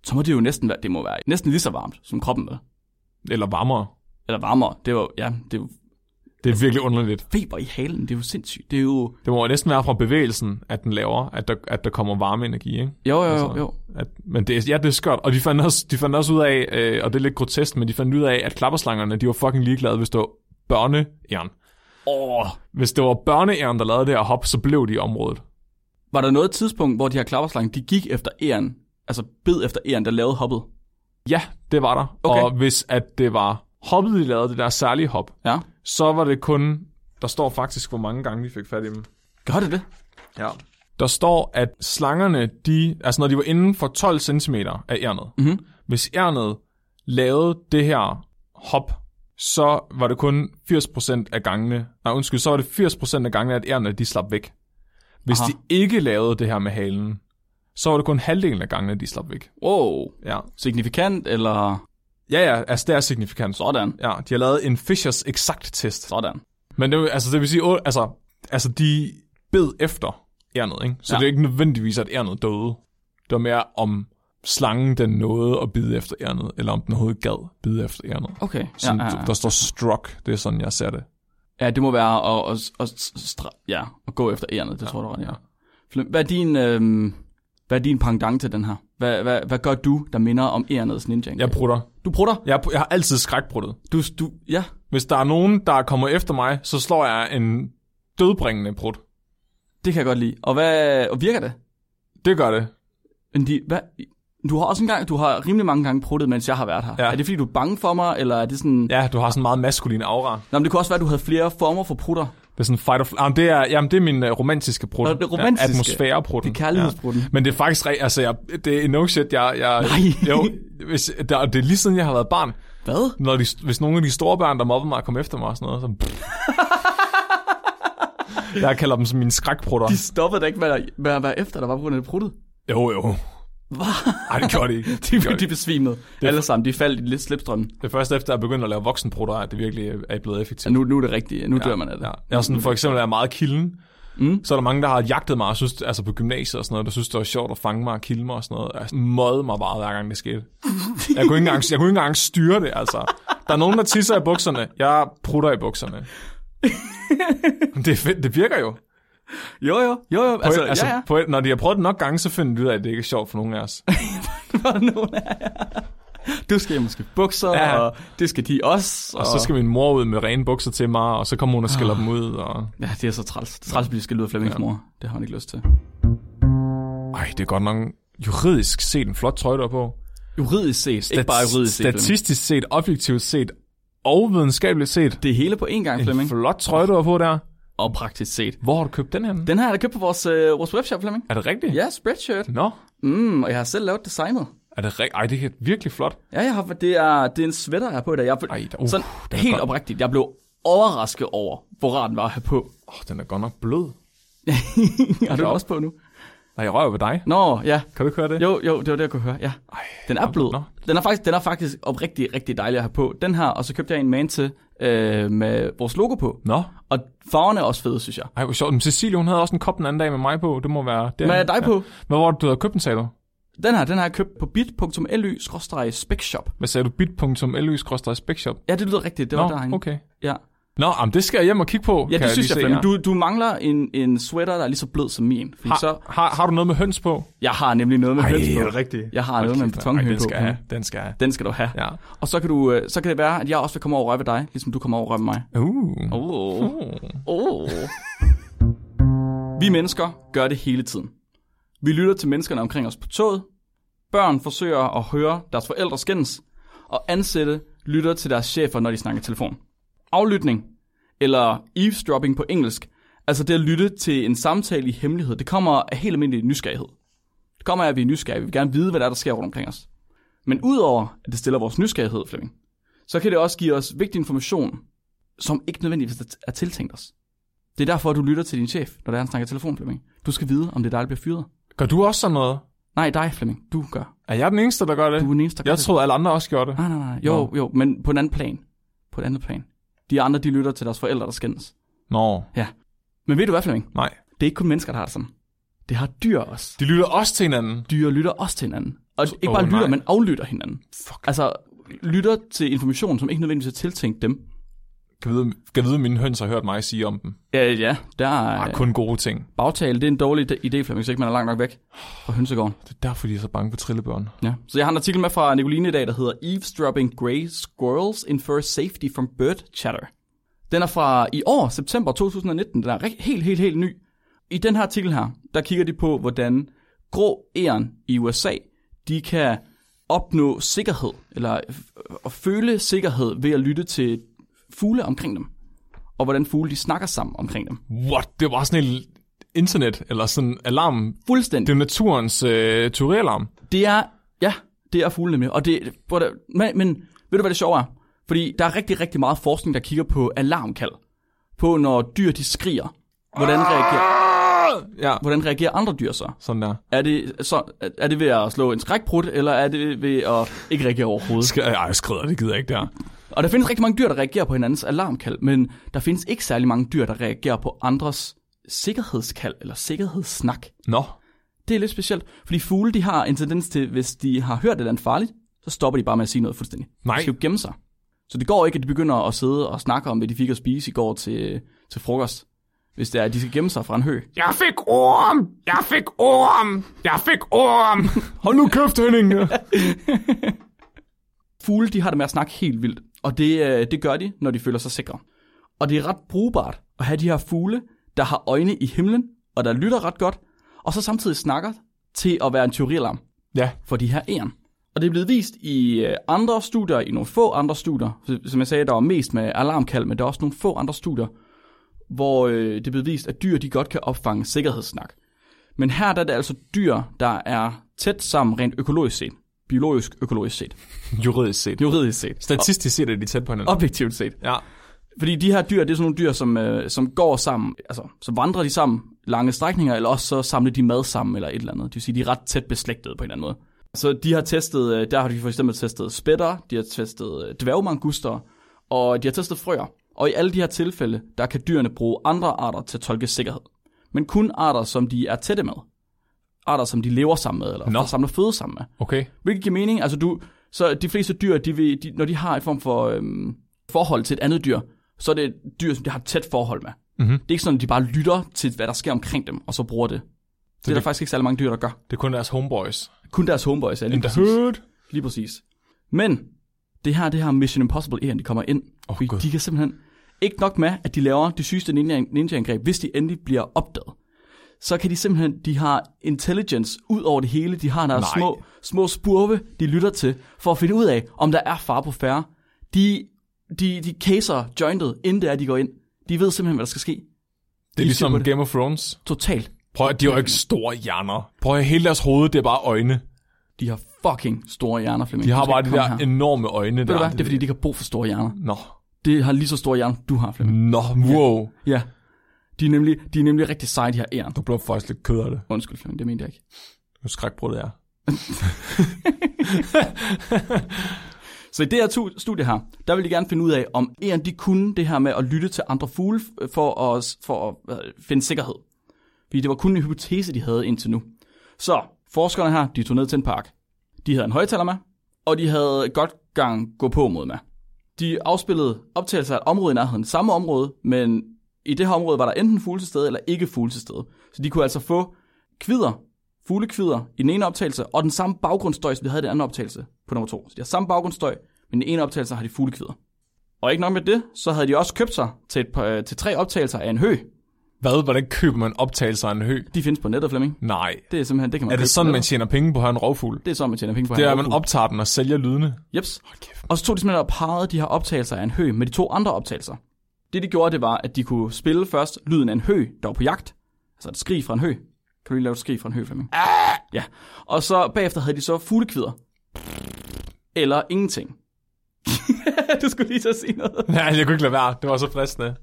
Så må det jo næsten være, det må være næsten lige så varmt, som kroppen er.
Eller varmere.
Eller varmere. Det er jo, ja, det er jo
Det er virkelig underligt.
feber i halen. Det er jo sindssygt. Det er jo...
Det må jo næsten være fra bevægelsen, at den laver, at der, at der kommer varmeenergi, ikke?
Jo, jo, jo.
Altså,
jo.
At, men det, er- ja, det er skørt. Og de fandt også, de fandt også ud af, øh, og det er lidt grotesk, men de fandt ud af, at klapperslangerne, de var fucking ligeglade, hvis det var børneæren.
Åh,
Hvis det var børneæren, der lavede det her hop, så blev de i området.
Var der noget tidspunkt, hvor de her klapperslange, de gik efter æren, altså bed efter æren, der lavede hoppet?
Ja, det var der.
Okay.
Og hvis at det var hoppet, de lavede det der særlige hop,
Ja.
så var det kun... Der står faktisk, hvor mange gange vi fik fat i dem.
Gør det det?
Ja. Der står, at slangerne, de, altså når de var inden for 12 cm af ærnet,
Mhm.
mm-hmm. hvis ærnet lavede det her hop, så var det kun 80% af gangene, nej undskyld, så var det 80% af gangene, at ærnet de slap væk. Hvis
Aha.
Aha. de ikke lavede det her med halen, så var det kun halvdelen af gangene, de slap væk.
Wow.
Ja,
Signifikant, eller
ja, ja altså det er signifikant.
sådan?
Ja, de har lavet en Fishers eksakt test.
Sådan.
Men det, vil- altså, det vil sige, åh, altså, altså de bed efter ærnet, ikke? Så
Ja.
ja. det er ikke nødvendigvis, at ærnet døde. Det var mere om slangen, den nåede at bide efter ærnet, eller om den overhovedet gad bide efter ærnet.
Okay. Ja,
Sådan,
ja,
Der står struck, det er sådan, jeg ser det.
ja. ja, det må være at, at, at, stra- ja, at gå efter ærenet, det ja, tror jeg, du var, ja. Flemming, Hvad er din... Øhm, hvad er din pendant til den her? Hvad, hvad, hvad gør du, der minder om ærenets ninja?
Jeg prutter.
Du prutter.
Jeg, er- jeg har altid skrækpruttet.
Du, du, ja.
Hvis der er nogen, der kommer efter mig, så slår jeg en dødbringende prut.
Det kan jeg godt lide. Og, hvad, og virker det?
Det gør det.
Men de, hvad? Du har også engang, du har rimelig mange gange pruttet, mens jeg har været her.
Ja.
Er det fordi, du er bange for mig, eller er det sådan...
Ja, du har sådan en meget maskulin aura.
Nå, men det kunne også være, at du havde flere former for prutter.
Det er sådan fight of... Ah, det er, jamen, det er min øh, romantiske prut.
Nå, det er romantiske.
Atmosfæreprutten.
Det er kærlighedsprutten.
Ja. Men det er faktisk... re- Altså, jeg, det er no shit, jeg... jeg
Nej.
Jo, hvis, der, det er lige siden, jeg har været barn.
Hvad?
Når de, hvis nogle af de store børn, der mobber mig, kommer efter mig og sådan noget, så... jeg kalder dem som mine skrækprutter.
De stoppede da ikke med at, med at være efter, der var på grund af det pruttet.
Jo, jo.
Hvad?
Nej, det gjorde de ikke. Det, gjorde de
De, de
ikke.
besvimede. Alle sammen, de faldt i lidt slipstrømmen.
det er først efter, at jeg begyndte at lave voksenprutter, at det virkelig er blevet effektivt.
Ja, nu, nu er det rigtigt. Nu ja, dør man af det.
Ja. Jeg er sådan, for eksempel er jeg meget kilden. Mm. Så er der mange, der har jagtet mig, og synes, altså på gymnasiet og sådan noget, der synes, det var sjovt at fange mig og kilde mig og sådan noget. Jeg mødte mig bare, hver gang det skete. jeg, kunne ikke engang, jeg kunne ikke engang styre det, altså. Der er nogen, der tisser i bukserne. Jeg prutter i bukserne. Men det, er fedt, det virker jo. På,
Jo, jo, jo, jo. Altså,
altså, altså,
ja, ja.
På, når de har prøvet det nok gange, så finder de ud af, at det ikke er sjovt for nogen af os.
Nogen af jer. Du skal måske bukser, ja.
Ja.
og det skal de også.
Og så skal min mor ud med rene bukser til mig, og så kommer hun og skælder
Ah.
dem ud. Og...
Ja, det er så træls. Det er træls, at blive skældt ud af Flemmings ja. mor. Det har han ikke lyst til.
Ej, det er godt nok juridisk set en flot trøje, der er på.
Juridisk set. Stat- ikke bare juridisk set. Flemming.
Statistisk set, objektivt set og videnskabeligt set.
Det er hele på én gang, Flemming.
Flot trøje, du har på der.
Og praktisk set.
Hvor har du købt den her? Den.
Den her er der købt på vores, øh, vores webshop, Flemming.
Er det rigtigt?
Ja, spreadshirt.
Nå,
Mm, og jeg har selv lavet designet.
er det rigtigt? Ej, det er virkelig flot.
Ja, jeg har, det, er, det er en sweater, jeg har på i dag. Jeg,
Ej,
Ej,
da-
uh,
uh,
sådan,
den er
helt
godt.
oprigtigt, jeg blev overrasket over, hvor rar den var at have på.
Åh, oh, den er godt nok blød.
har du den også på nu?
Nej, jeg rører ved dig.
Nå, ja.
Kan du ikke høre det?
Jo, jo, det var det, jeg kunne høre, ja.
Ej,
Den er
nå,
blød.
nå.
Den er faktisk, den er faktisk oprigtigt, rigtig dejlig at have på. Den her, og så købte jeg en man til øh, med vores logo på.
Nå.
Og farverne er også fede, synes jeg.
Ej, hvor sjovt. Men Cecilie, hun havde også en kop den anden dag med mig på. Det må være... Det
Hvad er dig
ja.
på?
Hvad var det, du havde købt den, sagde du?
Den her, den har jeg købt på bit.ly-specshop.
Hvad sagde du? bit.ly-specshop?
Ja, det lyder rigtigt. Det var
Nå,
derhen.
okay.
Ja.
Nå, jamen, det skal jeg hjem og kigge på.
Ja,
kan
det synes jeg,
lige se
fandme.
her.
Du, du mangler en, en sweater, der er lige så blød som min. Fordi
har,
så,
har, har du noget med høns på?
jeg har nemlig noget med høns på.
rigtigt?
Jeg har noget med en betonhøne
den skal
på.
jeg have. Den skal jeg
Den skal du have.
have. Ja.
Og så kan, du, øh, så kan det være, at jeg også vil komme over og røre ved dig, ligesom du kommer over og røre ved mig.
Uh.
Oh. Oh. Vi mennesker gør det hele tiden. Vi lytter til menneskerne omkring os på toget. Børn forsøger at høre deres forældre skændes. Og ansatte lytter til deres chefer, når de snakker i telefon. Aflytning, eller eavesdropping på engelsk, altså det at lytte til en samtale i hemmelighed, det kommer af helt almindelig nysgerrighed. Det kommer af, at vi er nysgerrige. Vi vil gerne vide, hvad der er, der sker rundt omkring os. Men udover, at det stiller vores nysgerrighed, Flemming, så kan det også give os vigtig information, som ikke nødvendigvis er- er tiltænkt os. Det er derfor, du lytter til din chef, når der er, han snakker i telefon, Flemming. Du skal vide, om det er dig, der bliver fyret.
Gør du også sådan noget?
Nej, dig, Flemming. Du gør.
Er jeg den eneste, der gør det?
Du er den eneste, der gør
jeg
det.
troede, alle andre også gjorde det.
Nej, nej, nej. Jo,
Nå.
jo, men på en anden plan. På et andet plan. De andre, de lytter til deres forældre, der skændes.
Nå,
Men ved du hvad, Flemming?
nej.
Det er ikke kun mennesker, der har det sådan. Det har dyr også.
De lytter også til hinanden.
Dyr lytter også til hinanden. Og ikke bare
Åh,
lytter,
nej.
men aflytter hinanden. Fuck. Altså, lytter til information, som ikke nødvendigvis er tiltænkt dem.
Kan vide, kan vide, at mine høns har hørt mig sige om dem.
Ja, ja. Der er
Ah, kun gode ting.
bagtale. Det er en dårlig idé, Flemming, hvis ikke man er langt nok væk fra hønsegården.
Det er derfor, de er så bange for trillebørn.
Ja. Så jeg har en artikel med fra Nicoline i dag, der hedder Eavesdropping Grey Squirrels Infer Safety from Bird Chatter. Den er fra i år, september 2019. Den er rigt- helt, helt, helt ny. I den her artikel her, der kigger de på, hvordan grå æren i USA, de kan opnå sikkerhed, eller f- og føle sikkerhed ved at lytte til fugle omkring dem. Og hvordan fugle, de snakker sammen omkring dem.
What? Det var sådan en internet, eller sådan en alarm.
Fuldstændig.
Det er naturens øh, teorialarm.
Det er, ja, det er fugle nemlig. Og det, hvor der, men, men ved du, hvad det sjove er? Fordi der er rigtig, rigtig meget forskning, der kigger på alarmkald. På når dyr, de skriger. Hvordan reagerer,
Ja,
hvordan reagerer andre dyr så?
sådan der.
Er det, så, er det ved at slå en skrækprut, eller er det ved at ikke reagere overhovedet?
Sk- Ej, jeg skrider, det gider jeg ikke der.
Og der findes rigtig mange dyr, der reagerer på hinandens alarmkald, men der findes ikke særlig mange dyr, der reagerer på andres sikkerhedskald eller sikkerhedssnak.
Nå,
Det er lidt specielt, fordi fugle, de har en tendens til, hvis de har hørt et eller andet farligt, så stopper de bare med at sige noget fuldstændig.
Nej.
De skal jo gemme sig. Så det går ikke, at de begynder at sidde og snakke om, hvad de fik at spise i går til, til frokost. Hvis det er, at de skal gemme sig fra en hø.
Jeg fik orm! Jeg fik orm! Jeg fik orm! Hold nu kæft, Henning!
Fugle, de har det med at snakke helt vildt. Og det, øh, det gør de, når de føler sig sikre. Og det er ret brugbart at have de her fugle, der har øjne i himlen, og der lytter ret godt, og så samtidig snakker til at være en teorialarm.
ja,
for de her æren. Og det er blevet vist i øh, andre studier, i nogle få andre studier, Så- som jeg sagde, der var mest med alarmkald, men der er også nogle få andre studier, hvor øh, det er blevet vist, at dyr de godt kan opfange sikkerhedssnak. Men her der er det altså dyr, der er tæt sammen rent økologisk set, biologisk økologisk set,
juridisk set.
juridisk set,
Statistisk set er de tæt på hinanden.
objektivt set.
Ja.
Fordi de her dyr, det er sådan nogle dyr, som, øh, som går sammen, altså så vandrer de sammen lange strækninger, eller også så samler de mad sammen eller et eller andet. Det vil sige, de er ret tæt beslægtede på en eller anden måde. Så de har testet, øh, der har de for eksempel testet spætter, de har testet øh, dværgmanguster, og de har testet frøer. Og i alle de her tilfælde, der kan dyrene bruge andre arter til at tolke sikkerhed. Men kun arter, som de er tætte med. Arter, som de lever sammen med, eller
Nå.
no. samler føde sammen med.
Okay.
Hvilket giver mening. Altså du, så de fleste dyr, de vil, de, når de har en form for øhm, forhold til et andet dyr, så er det et dyr, som de har et tæt forhold med. Mm-hmm. Det er ikke sådan, at de bare lytter til, hvad der sker omkring dem, og så bruger det. Det, det er der
det-
faktisk ikke særlig mange dyr, der gør.
Det er kun deres homeboys.
Kun deres homeboys er lige præcis.
hood.
Lige præcis. Men det her, det her Mission Impossible æren, de kommer ind.
Åh,
Fordi
Gud.
de kan simpelthen ikke nok med, at de laver de sygeste ninja, ninja-angreb, hvis de endelig bliver opdaget. Så kan de simpelthen, de har intelligence ud over det hele. De har deres
Nej.
små, små spurve, de lytter til, for at finde ud af, om der er far på færre. De, de, de caser jointet, inden det er, de går ind. De ved simpelthen, hvad der skal ske.
Det er
I
ligesom
siger på det.
Game of Thrones.
Totalt.
Prøv at, de har jo ikke store hjerner. Prøv at, hele deres hoved, det er bare øjne.
De har fucking store hjerner, Flemming.
De har
Du skal
bare de
ikke komme
der
her.
enorme øjne
Ved
der.
du hvad? Det er, fordi de ikke har brug for store hjerner.
Nå.
Det har lige så store hjerner, du har, Flemming.
Nå, wow.
Ja. De er nemlig, de er nemlig rigtig seje, de her æren.
Du blev faktisk lidt ked af det.
Undskyld, Flemming, det mente jeg ikke.
Nu skrækbrød det er.
Så i det her tu- studie her, der vil de gerne finde ud af, om æren de kunne det her med at lytte til andre fugle f- for at, for at hvad, finde sikkerhed. Fordi det var kun en hypotese, de havde indtil nu. Så forskerne her, de tog ned til en park. De havde en højtaler med, og de havde godt gang gå på mod med. De afspillede optagelser af et område i nærheden, samme område, men i det her område var der enten fugle til stede eller ikke fugle til stede. Så de kunne altså få kvider, fuglekvider i den ene optagelse, og den samme baggrundsstøj, som de havde i den anden optagelse på nummer to. Så de har samme baggrundsstøj, men i den ene optagelse har de fuglekvider. Og ikke nok med det, så havde de også købt sig til, et, par- øh, til tre optagelser af en hø.
Hvad? Hvordan køber man optagelser af en hø?
De findes på nettet, Flemming.
Nej.
Det er simpelthen, det kan man
Er
købe
det
på
sådan, man
nettet.
tjener penge på at have en rovfugl?
Det er sådan, man tjener penge på.
Det er,
her.
at man optager den og sælger lydene.
Jeps. Og så tog de simpelthen og parrede de her optagelser af en hø med de to andre optagelser. Det de gjorde, det var, at de kunne spille først lyden af en hø, der var på jagt. Altså et skrig fra en hø. Kan du lige lave et skrig fra en hø, Flemming? Ja. Og så bagefter havde de så fuglekvider. Eller ingenting. du skulle lige så sige noget.
Nej, jeg kunne ikke lade være. Det var så fristende.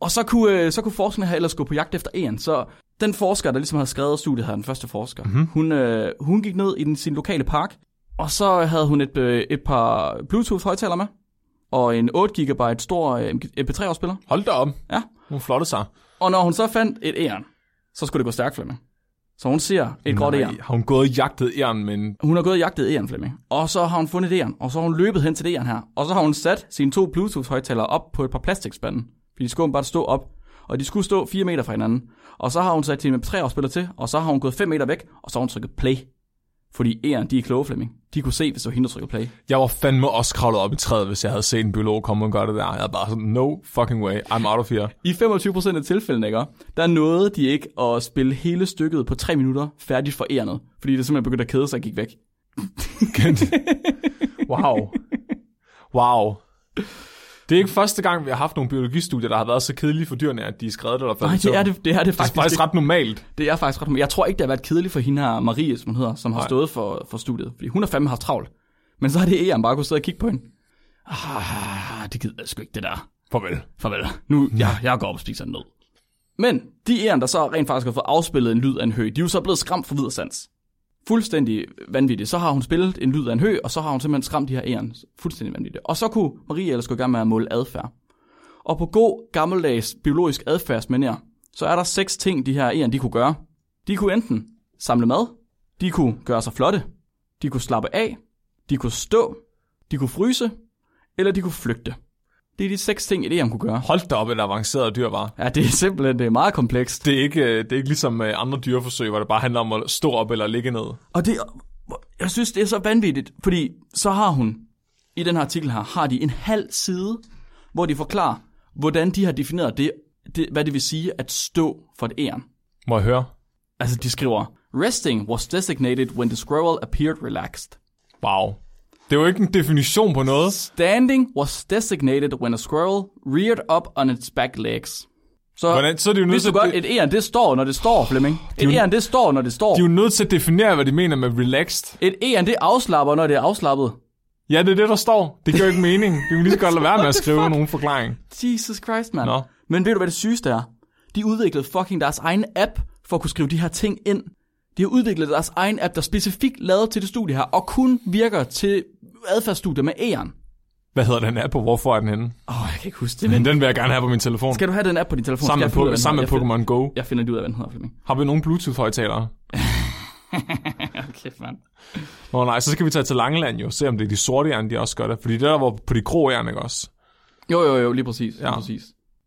Og så kunne, øh, så kunne forskerne her ellers gå på jagt efter en. Så den forsker, der ligesom havde skrevet studiet her, den første forsker, mm-hmm. hun, øh, hun gik ned i den, sin lokale park, og så havde hun et, øh, et par Bluetooth-højtaler med, og en 8 GB stor øh, MP3-afspiller.
Hold da op.
Ja.
Hun flotte sig.
Og når hun så fandt et æren, så skulle det gå stærkt, Flemming. Så hun ser et godt æren.
Har hun gået og jagtet æren, men
Hun har gået og jagtet æren, Flemming. Og så har hun fundet æren, og så har hun løbet hen til æren her. Og så har hun sat sine to Bluetooth-højtalere op på et par plastikspande. Fordi de skulle bare stå op. Og de skulle stå 4 meter fra hinanden. Og så har hun sat sin mp 3 afspiller til, og så har hun gået 5 meter væk, og så har hun trykket play. Fordi æren, de er kloge, Flemming. De kunne se, hvis det var hende, der trykkede play.
jeg var fandme også kravlet op i træet, hvis jeg havde set en biolog komme og gøre det der. Jeg var bare sådan, no fucking way, I'm out of here.
I 25% af tilfældene, ikke? der nåede de ikke at spille hele stykket på 3 minutter færdigt for ærenet. Fordi det simpelthen begyndte at kede sig og gik væk.
Wow. Wow. Det er ikke første gang, vi har haft nogle biologistudier, der har været så kedelige for dyrene, at de er skrevet eller faldet
Nej,
i
det er
søvn.
det, det, er det
Det
faktisk,
er faktisk
ikke.
ret normalt.
Det er faktisk ret Jeg tror ikke, det har været kedeligt for hende her, Marie, som hun hedder, som har stået for, for studiet. Fordi hun har fandme haft travlt. Men så har det Eon bare kunne sidde og kigge på hende. Ah, det gider jeg sgu ikke, det der.
Farvel.
Farvel. Nu, jeg, jeg går op og spiser en nød. Men de Eon, der så rent faktisk har fået afspillet en lyd af en hø, de er jo så blevet skræmt for videre sans. Fuldstændig vanvittigt. Så har hun spillet en lyd af en hø, og så har hun simpelthen skræmt de her Eon. Fuldstændig vanvittigt. Og så kunne Marie ellers gå i gang med at måle adfærd. Og på god gammeldags biologisk adfærdsmanér, så er der seks ting, de her æren, de kunne gøre. De kunne enten samle mad, de kunne gøre sig flotte, de kunne slappe af, de kunne stå, de kunne fryse, eller de kunne flygte. Det er de seks ting, et æren kunne gøre.
Hold da op, et avanceret dyr var.
Ja, det er simpelthen det er meget komplekst.
Det er ikke, øh, det er ikke ligesom øh, andre dyreforsøg, hvor det bare handler om at stå op eller ligge ned.
Og det, jeg synes, det er så vanvittigt, fordi så har hun, i den her artikel her, har de en halv side, hvor de forklarer, hvordan de har defineret det, det hvad det vil sige at stå for et æren.
Må jeg høre?
Altså, de skriver, Resting was designated when the squirrel appeared relaxed.
Wow. Det er jo ikke en definition på noget.
Standing was designated when a squirrel reared up on its back legs. Så
Hvordan? Så er de jo nødt
vidste
til,
du godt,
de,
et æren, det står, når det står, Flemming. Et æren, det står, når det står.
de er jo nødt til at definere, hvad de mener med relaxed.
Et æren, det afslapper, når det er afslappet.
Ja, det er det, der står. Det giver jo ikke mening. Du kan lige så godt lade være med at skrive nogen forklaring.
Jesus Christ, mand.
Nå.
Men ved du, hvad det sygeste er? De udviklede fucking deres egen app for at kunne skrive de her ting ind. De har udviklet deres egen app, der er specifikt lavet til det studie her, og kun virker til adfærdsstudier med æren.
Hvad hedder den app, og hvorfor er den henne?
Åh, oh, jeg kan ikke huske det, men
Men den vil jeg gerne have på min telefon.
Skal du have den app på din telefon?
Sammen med,
Skal jeg
po-
finde ud af, hvad den
sammen med
hedder? Jeg
Pokémon Go.
finder- Jeg finder lige ud af, hvad den hedder, Flemming.
Har vi nogen Bluetooth-højtalere?
Kæft, mand.
Nå nej, så skal vi tage til Langeland jo, se om det er de sorte jern, de også gør det. Fordi det der var på de grå jern, ikke også?
Jo, jo, jo, lige præcis. Ja.
Ja.
Lige præcis.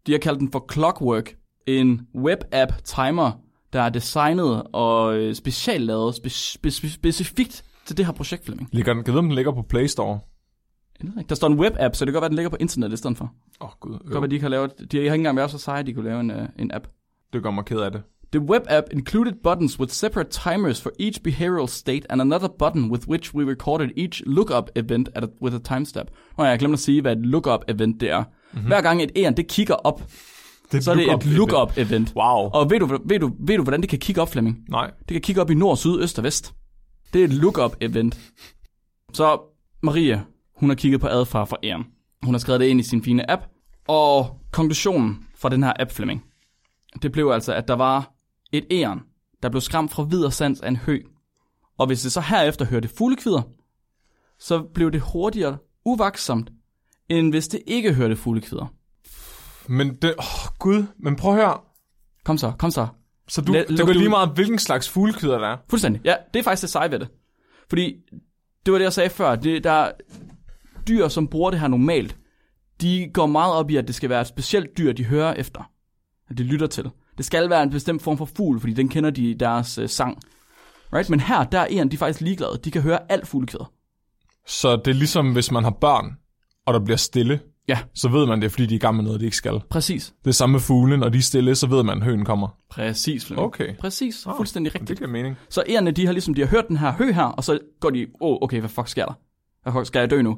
De har kaldt den for Clockwork, en web-app timer, der er designet og øh, speciallavet spe- spe- spe- specifikt til det her projekt, Flemming.
Ligger den, kan jeg vide, om den ligger på Play Store?
Jeg ved ikke. Der står en web-app, så det kan godt være, den ligger på internettet i stedet for. Det
Åh oh, gud,
kan
øh,
være, de ikke har lavet, de har ikke engang været så seje, at de kunne lave en, øh, en app.
det gør mig ked af det.
The web app included buttons with separate timers for each behavioral state and another button with which we recorded each lookup event at a, with a timestamp. Nå, jeg glemte at sige, hvad et lookup event det er. Mm-hmm. Hver gang et æren, det kigger op,
det
så er det et lookup event.
Wow.
Og ved du, ved, du, ved du, hvordan det kan kigge op, Flemming?
Nej,
Det kan kigge op i nord, syd, øst og vest. Det er et lookup event. Så Maria, hun har kigget på adfærd for æren. Hun har skrevet det ind i sin fine app. Og konklusionen fra den her app, Flemming, det blev altså, at der var et æren, der blev skræmt fra videre sans af en hø. Og hvis det så herefter hørte fuglekvider, så blev det hurtigere uvaksomt, end hvis det ikke hørte fuglekvider.
men det... Åh, oh, gud. Men prøv at høre.
Kom så, kom så.
Så du,
Lad-
det
lad-
går
du-
lige meget, hvilken slags fuglekyder der er.
Fuldstændig. Ja, det er faktisk det seje ved det. Fordi, det var det, jeg sagde før, det, der er dyr, som bruger det her normalt, de går meget op i, at det skal være et specielt dyr, de hører efter. At de lytter til. Det skal være en bestemt form for fugl, fordi den kender de i deres øh, sang. Right? Men her, der er en, de er faktisk ligeglade. De kan høre alt fuglekvæder.
Så det er ligesom, hvis man har børn, og der bliver stille,
Ja,
så ved man det, er, fordi de er i gang med noget, de ikke skal.
præcis.
Det er samme med fugle, når de er stille, så ved man, at høen kommer.
Præcis, Flemming. Ah,
Okay.
Præcis, fuldstændig rigtigt.
Det giver mening.
Så ærerne, de har ligesom, de har hørt den her hø her, og så går de, åh, oh, okay, hvad fuck sker der? Hvad fuck, skal jeg dø nu?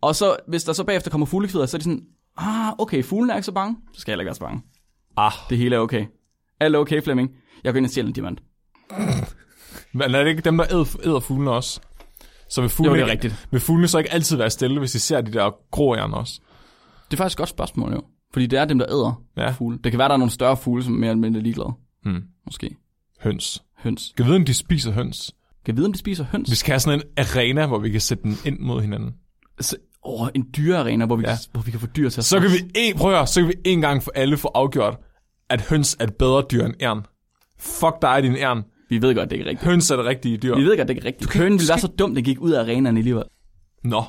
Og så, hvis der så bagefter kommer fuglekvider, så er de sådan, ah, okay, fuglen er ikke så bange, så skal jeg heller ikke være så bange.
Ah.
Det hele er okay. Alt er okay, Flemming. Jeg går ind og stjæler en diamant.
Men er det ikke dem, der æder, æder fuglene også? Så vil fuglene,
Jo, det er
ikke-
rigtigt.
Vil fuglene så ikke altid være stille, hvis de ser de der gråjern også?
Det er faktisk et godt spørgsmål, jo. Fordi det er dem, der æder
Ja.
ja. fugle. Det kan være, der er nogle større fugle, som er mere eller mindre ligeglade.
Hmm.
Måske.
Høns.
Høns.
Kan vi vide, om de spiser høns?
Kan jeg vide, om de spiser høns?
Vi skal have sådan en arena, hvor vi kan sætte den ind mod hinanden.
Så, åh, en dyrearena, hvor vi, ja.
Ja.
kan, hvor vi kan få dyr til at
Så kan vi en, prøv at høre, så kan vi en gang for alle få afgjort, at høns er et bedre dyr end ærn. Fuck dig, din ærn.
vi ved godt, det er ikke rigtigt.
Høns er det rigtige dyr.
Vi ved godt, det er ikke rigtigt. Køen ville være så dumt, det gik ud af arenaen alligevel.
Nå.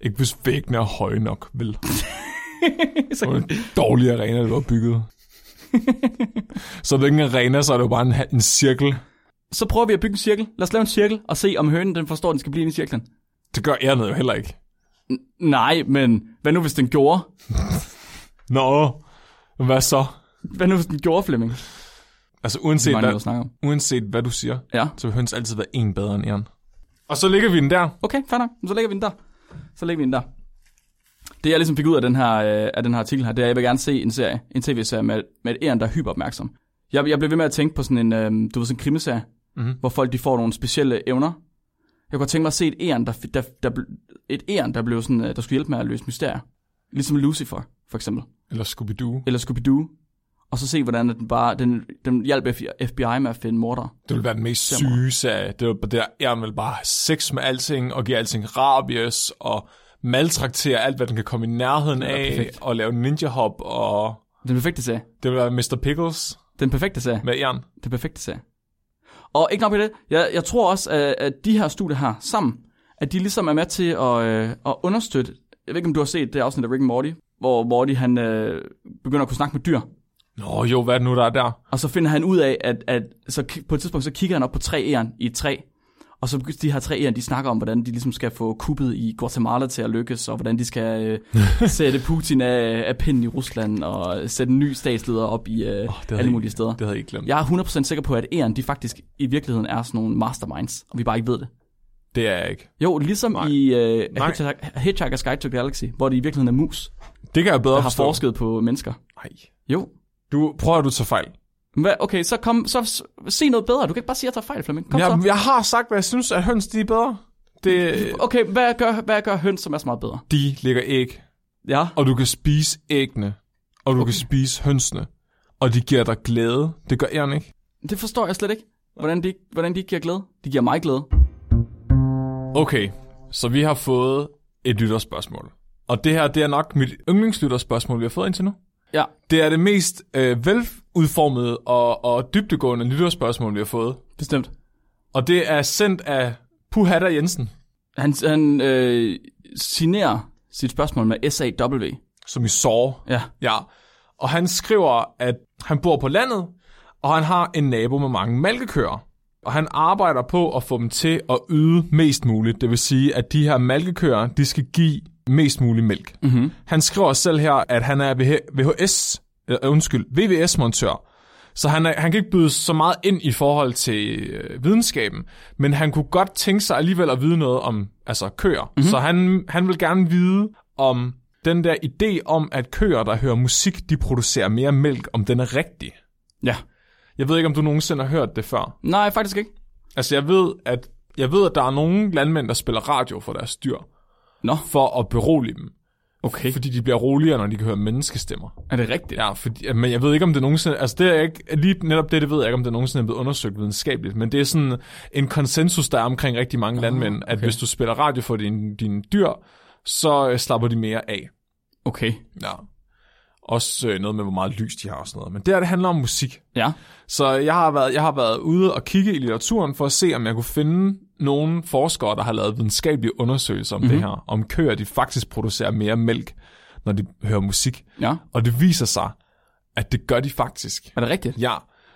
Ikke hvis væggene er høje nok, vel? Det var en dårlig arena, det var bygget. så er det ikke en arena, så er det jo bare en, ha- en cirkel.
Så prøver vi at bygge en cirkel. Lad os lave en cirkel og se, om hønen den forstår, at den skal blive inde i cirklen.
Det gør ærnet jo heller ikke.
Nej, men hvad nu, hvis den gjorde?
Nå, hvad så?
Hvad nu, hvis den gjorde, Flemming? Det
Altså uanset,
er meget,
hvad,
at snakke om.
uanset hvad du siger,
Ja.
så vil høns altid være en bedre end æren. Og så ligger vi den der.
Okay, fair nok. Så lægger vi den der. Så lægger vi den der. Det, jeg ligesom fik ud af den her, øh, af den her artikel her, det er, at jeg vil gerne se en serie, en tv-serie med, med et æren, der er hyperopmærksom. Jeg, jeg blev ved med at tænke på sådan en, øh, du ved, sådan en krimiserie, mm-hmm. hvor folk de får nogle specielle evner. Jeg kunne godt tænke mig at se et æren, der, der, der, bl- et æren, der, blev sådan, øh, der skulle hjælpe med at løse mysterier. Ligesom Lucifer, for eksempel.
Eller Scooby-Doo.
Eller Scooby-Doo. Og så se, hvordan at den bare den, den hjalp F- FBI med at finde mordere.
Det ville være den mest syge serie. Det var der, æren vil bare have sex med alting, og give alting rabies, og maltraktere alt, hvad den kan komme i nærheden
Det ville være
af,
perfekt.
og lave ninja hop, og
Den perfekte serie.
det ville være Mr. Pickles
Den perfekte serie.
med æren.
Det perfekte serie. Og ikke nok med det, jeg, jeg tror også, at, at de her studier her sammen, at de ligesom er med til at, øh, at understøtte, jeg ved ikke om du har set det afsnit af Rick and Morty, hvor Morty han øh, begynder at kunne snakke med dyr,
Nå jo, hvad er det nu, der er der?
og så finder han ud af, at, at så ki- på et tidspunkt så kigger han op på tre æren i et træ, og så begy- de her tre æren, de snakker om, hvordan de ligesom skal få kuppet i Guatemala til at lykkes, og hvordan de skal øh, sætte Putin af, af pinden i Rusland, og sætte en ny statsleder op i øh,
det
oh,
havde
alle
jeg-
mulige steder.
Det havde jeg ikke glemt. Ja.
Jeg er 100% sikker på, at Eren, de faktisk i virkeligheden er sådan nogle masterminds, og vi bare ikke ved det.
Det er jeg ikke.
Jo, ligesom Nej. i uh,
Nej.
Hitchhiker, Hitchhiker's Guide to the Galaxy, hvor det i virkeligheden er mus,
Det kan jeg bedre
der har
forstå.
forsket på mennesker.
Nej.
Jo.
Du, prøver du tager fejl.
Hva, okay, så, kom, så s- se noget bedre. Du kan ikke bare sige, at jeg tager fejl, Flemming. Kom
Jeg,
så.
jeg har sagt, hvad jeg synes, at høns de er bedre. Det,
Øh. Okay, hvad gør, hvad gør høns, som er så meget bedre?
de lægger æg,
Ja.
og du kan spise æggene, og du okay. kan spise hønsene. Og de giver dig glæde. Det gør æren ikke.
Det forstår jeg slet ikke. Hvordan de, ikke- hvordan de ikke giver glæde. De giver mig glæde.
Okay, så vi har fået et lytterspørgsmål. Og det her, det er nok mit yndlingslytterspørgsmål, vi har fået indtil nu.
Ja.
Det er det mest øh, veludformede og, og dybtegående lytterspørgsmål, vi har fået.
Bestemt.
Og det er sendt af Puhatter Jensen,
Han, han øh, signerer sit spørgsmål med SAW.
som i sår.
Ja.
Ja, og han skriver, at han bor på landet, og han har en nabo med mange malkekøer. Og han arbejder på at få dem til at yde mest muligt. Det vil sige, at de her malkekøer, de skal give mest mulig mælk. Mm-hmm. Han skriver selv her, at han er VH- VHS, eller, øh, undskyld, VVS-montør. Så han, er, han kan ikke byde så meget ind i forhold til øh, videnskaben, men han kunne godt tænke sig alligevel at vide noget om altså køer. Mm-hmm. Så han, han vil gerne vide om den der idé om, at køer, der hører musik, de producerer mere mælk, om den er rigtig.
Ja.
Jeg ved ikke, om du nogensinde har hørt det før.
Nej, faktisk ikke.
Altså, jeg ved, at, jeg ved, at der er nogle landmænd, der spiller radio for deres dyr,
Nå,
for at berolige dem.
okay.
Fordi de bliver roligere, når de kan høre menneskestemmer.
Er det rigtigt?
Ja, fordi, men jeg ved ikke, om det nogensinde... Altså, det er ikke, lige netop det, det ved jeg ikke, om det nogensinde er blevet undersøgt videnskabeligt, men det er sådan en konsensus, der er omkring rigtig mange landmænd, at hvis du spiller radio for dine din dyr, så øh, slapper de mere af.
Okay.
Ja. Også øh, noget med, hvor meget lys de har og sådan noget. Men det her, det handler om musik.
Ja.
Så jeg har, været, jeg har været ude og kigge i litteraturen for at se, om jeg kunne finde nogle forskere, der har lavet videnskabelige undersøgelser om mm-hmm. det her. Om køer, de faktisk producerer mere mælk, når de hører musik.
Ja.
Og det viser sig, at det gør de faktisk.
Er det rigtigt?
Ja,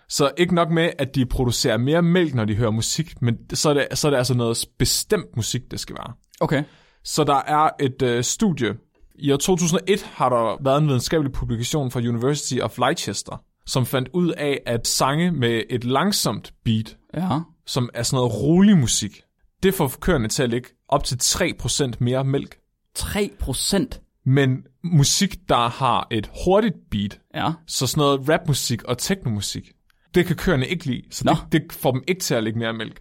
så ikke nok med, at de producerer mere mælk, når de hører musik, men så er det, så er det altså noget bestemt musik, det skal være.
Okay.
Så der er et øh, studie. I år 2001 har der været en videnskabelig publikation fra University of Leicester, som fandt ud af, at sange med et langsomt beat,
Ja.
som er sådan noget rolig musik, det får køerne til at lægge op til 3% mere mælk.
3 procent.
Men musik, der har et hurtigt beat,
Ja.
så sådan noget rapmusik og teknomusik, det kan køerne ikke lide, så
Nå.
det, det får dem ikke til at lægge mere mælk.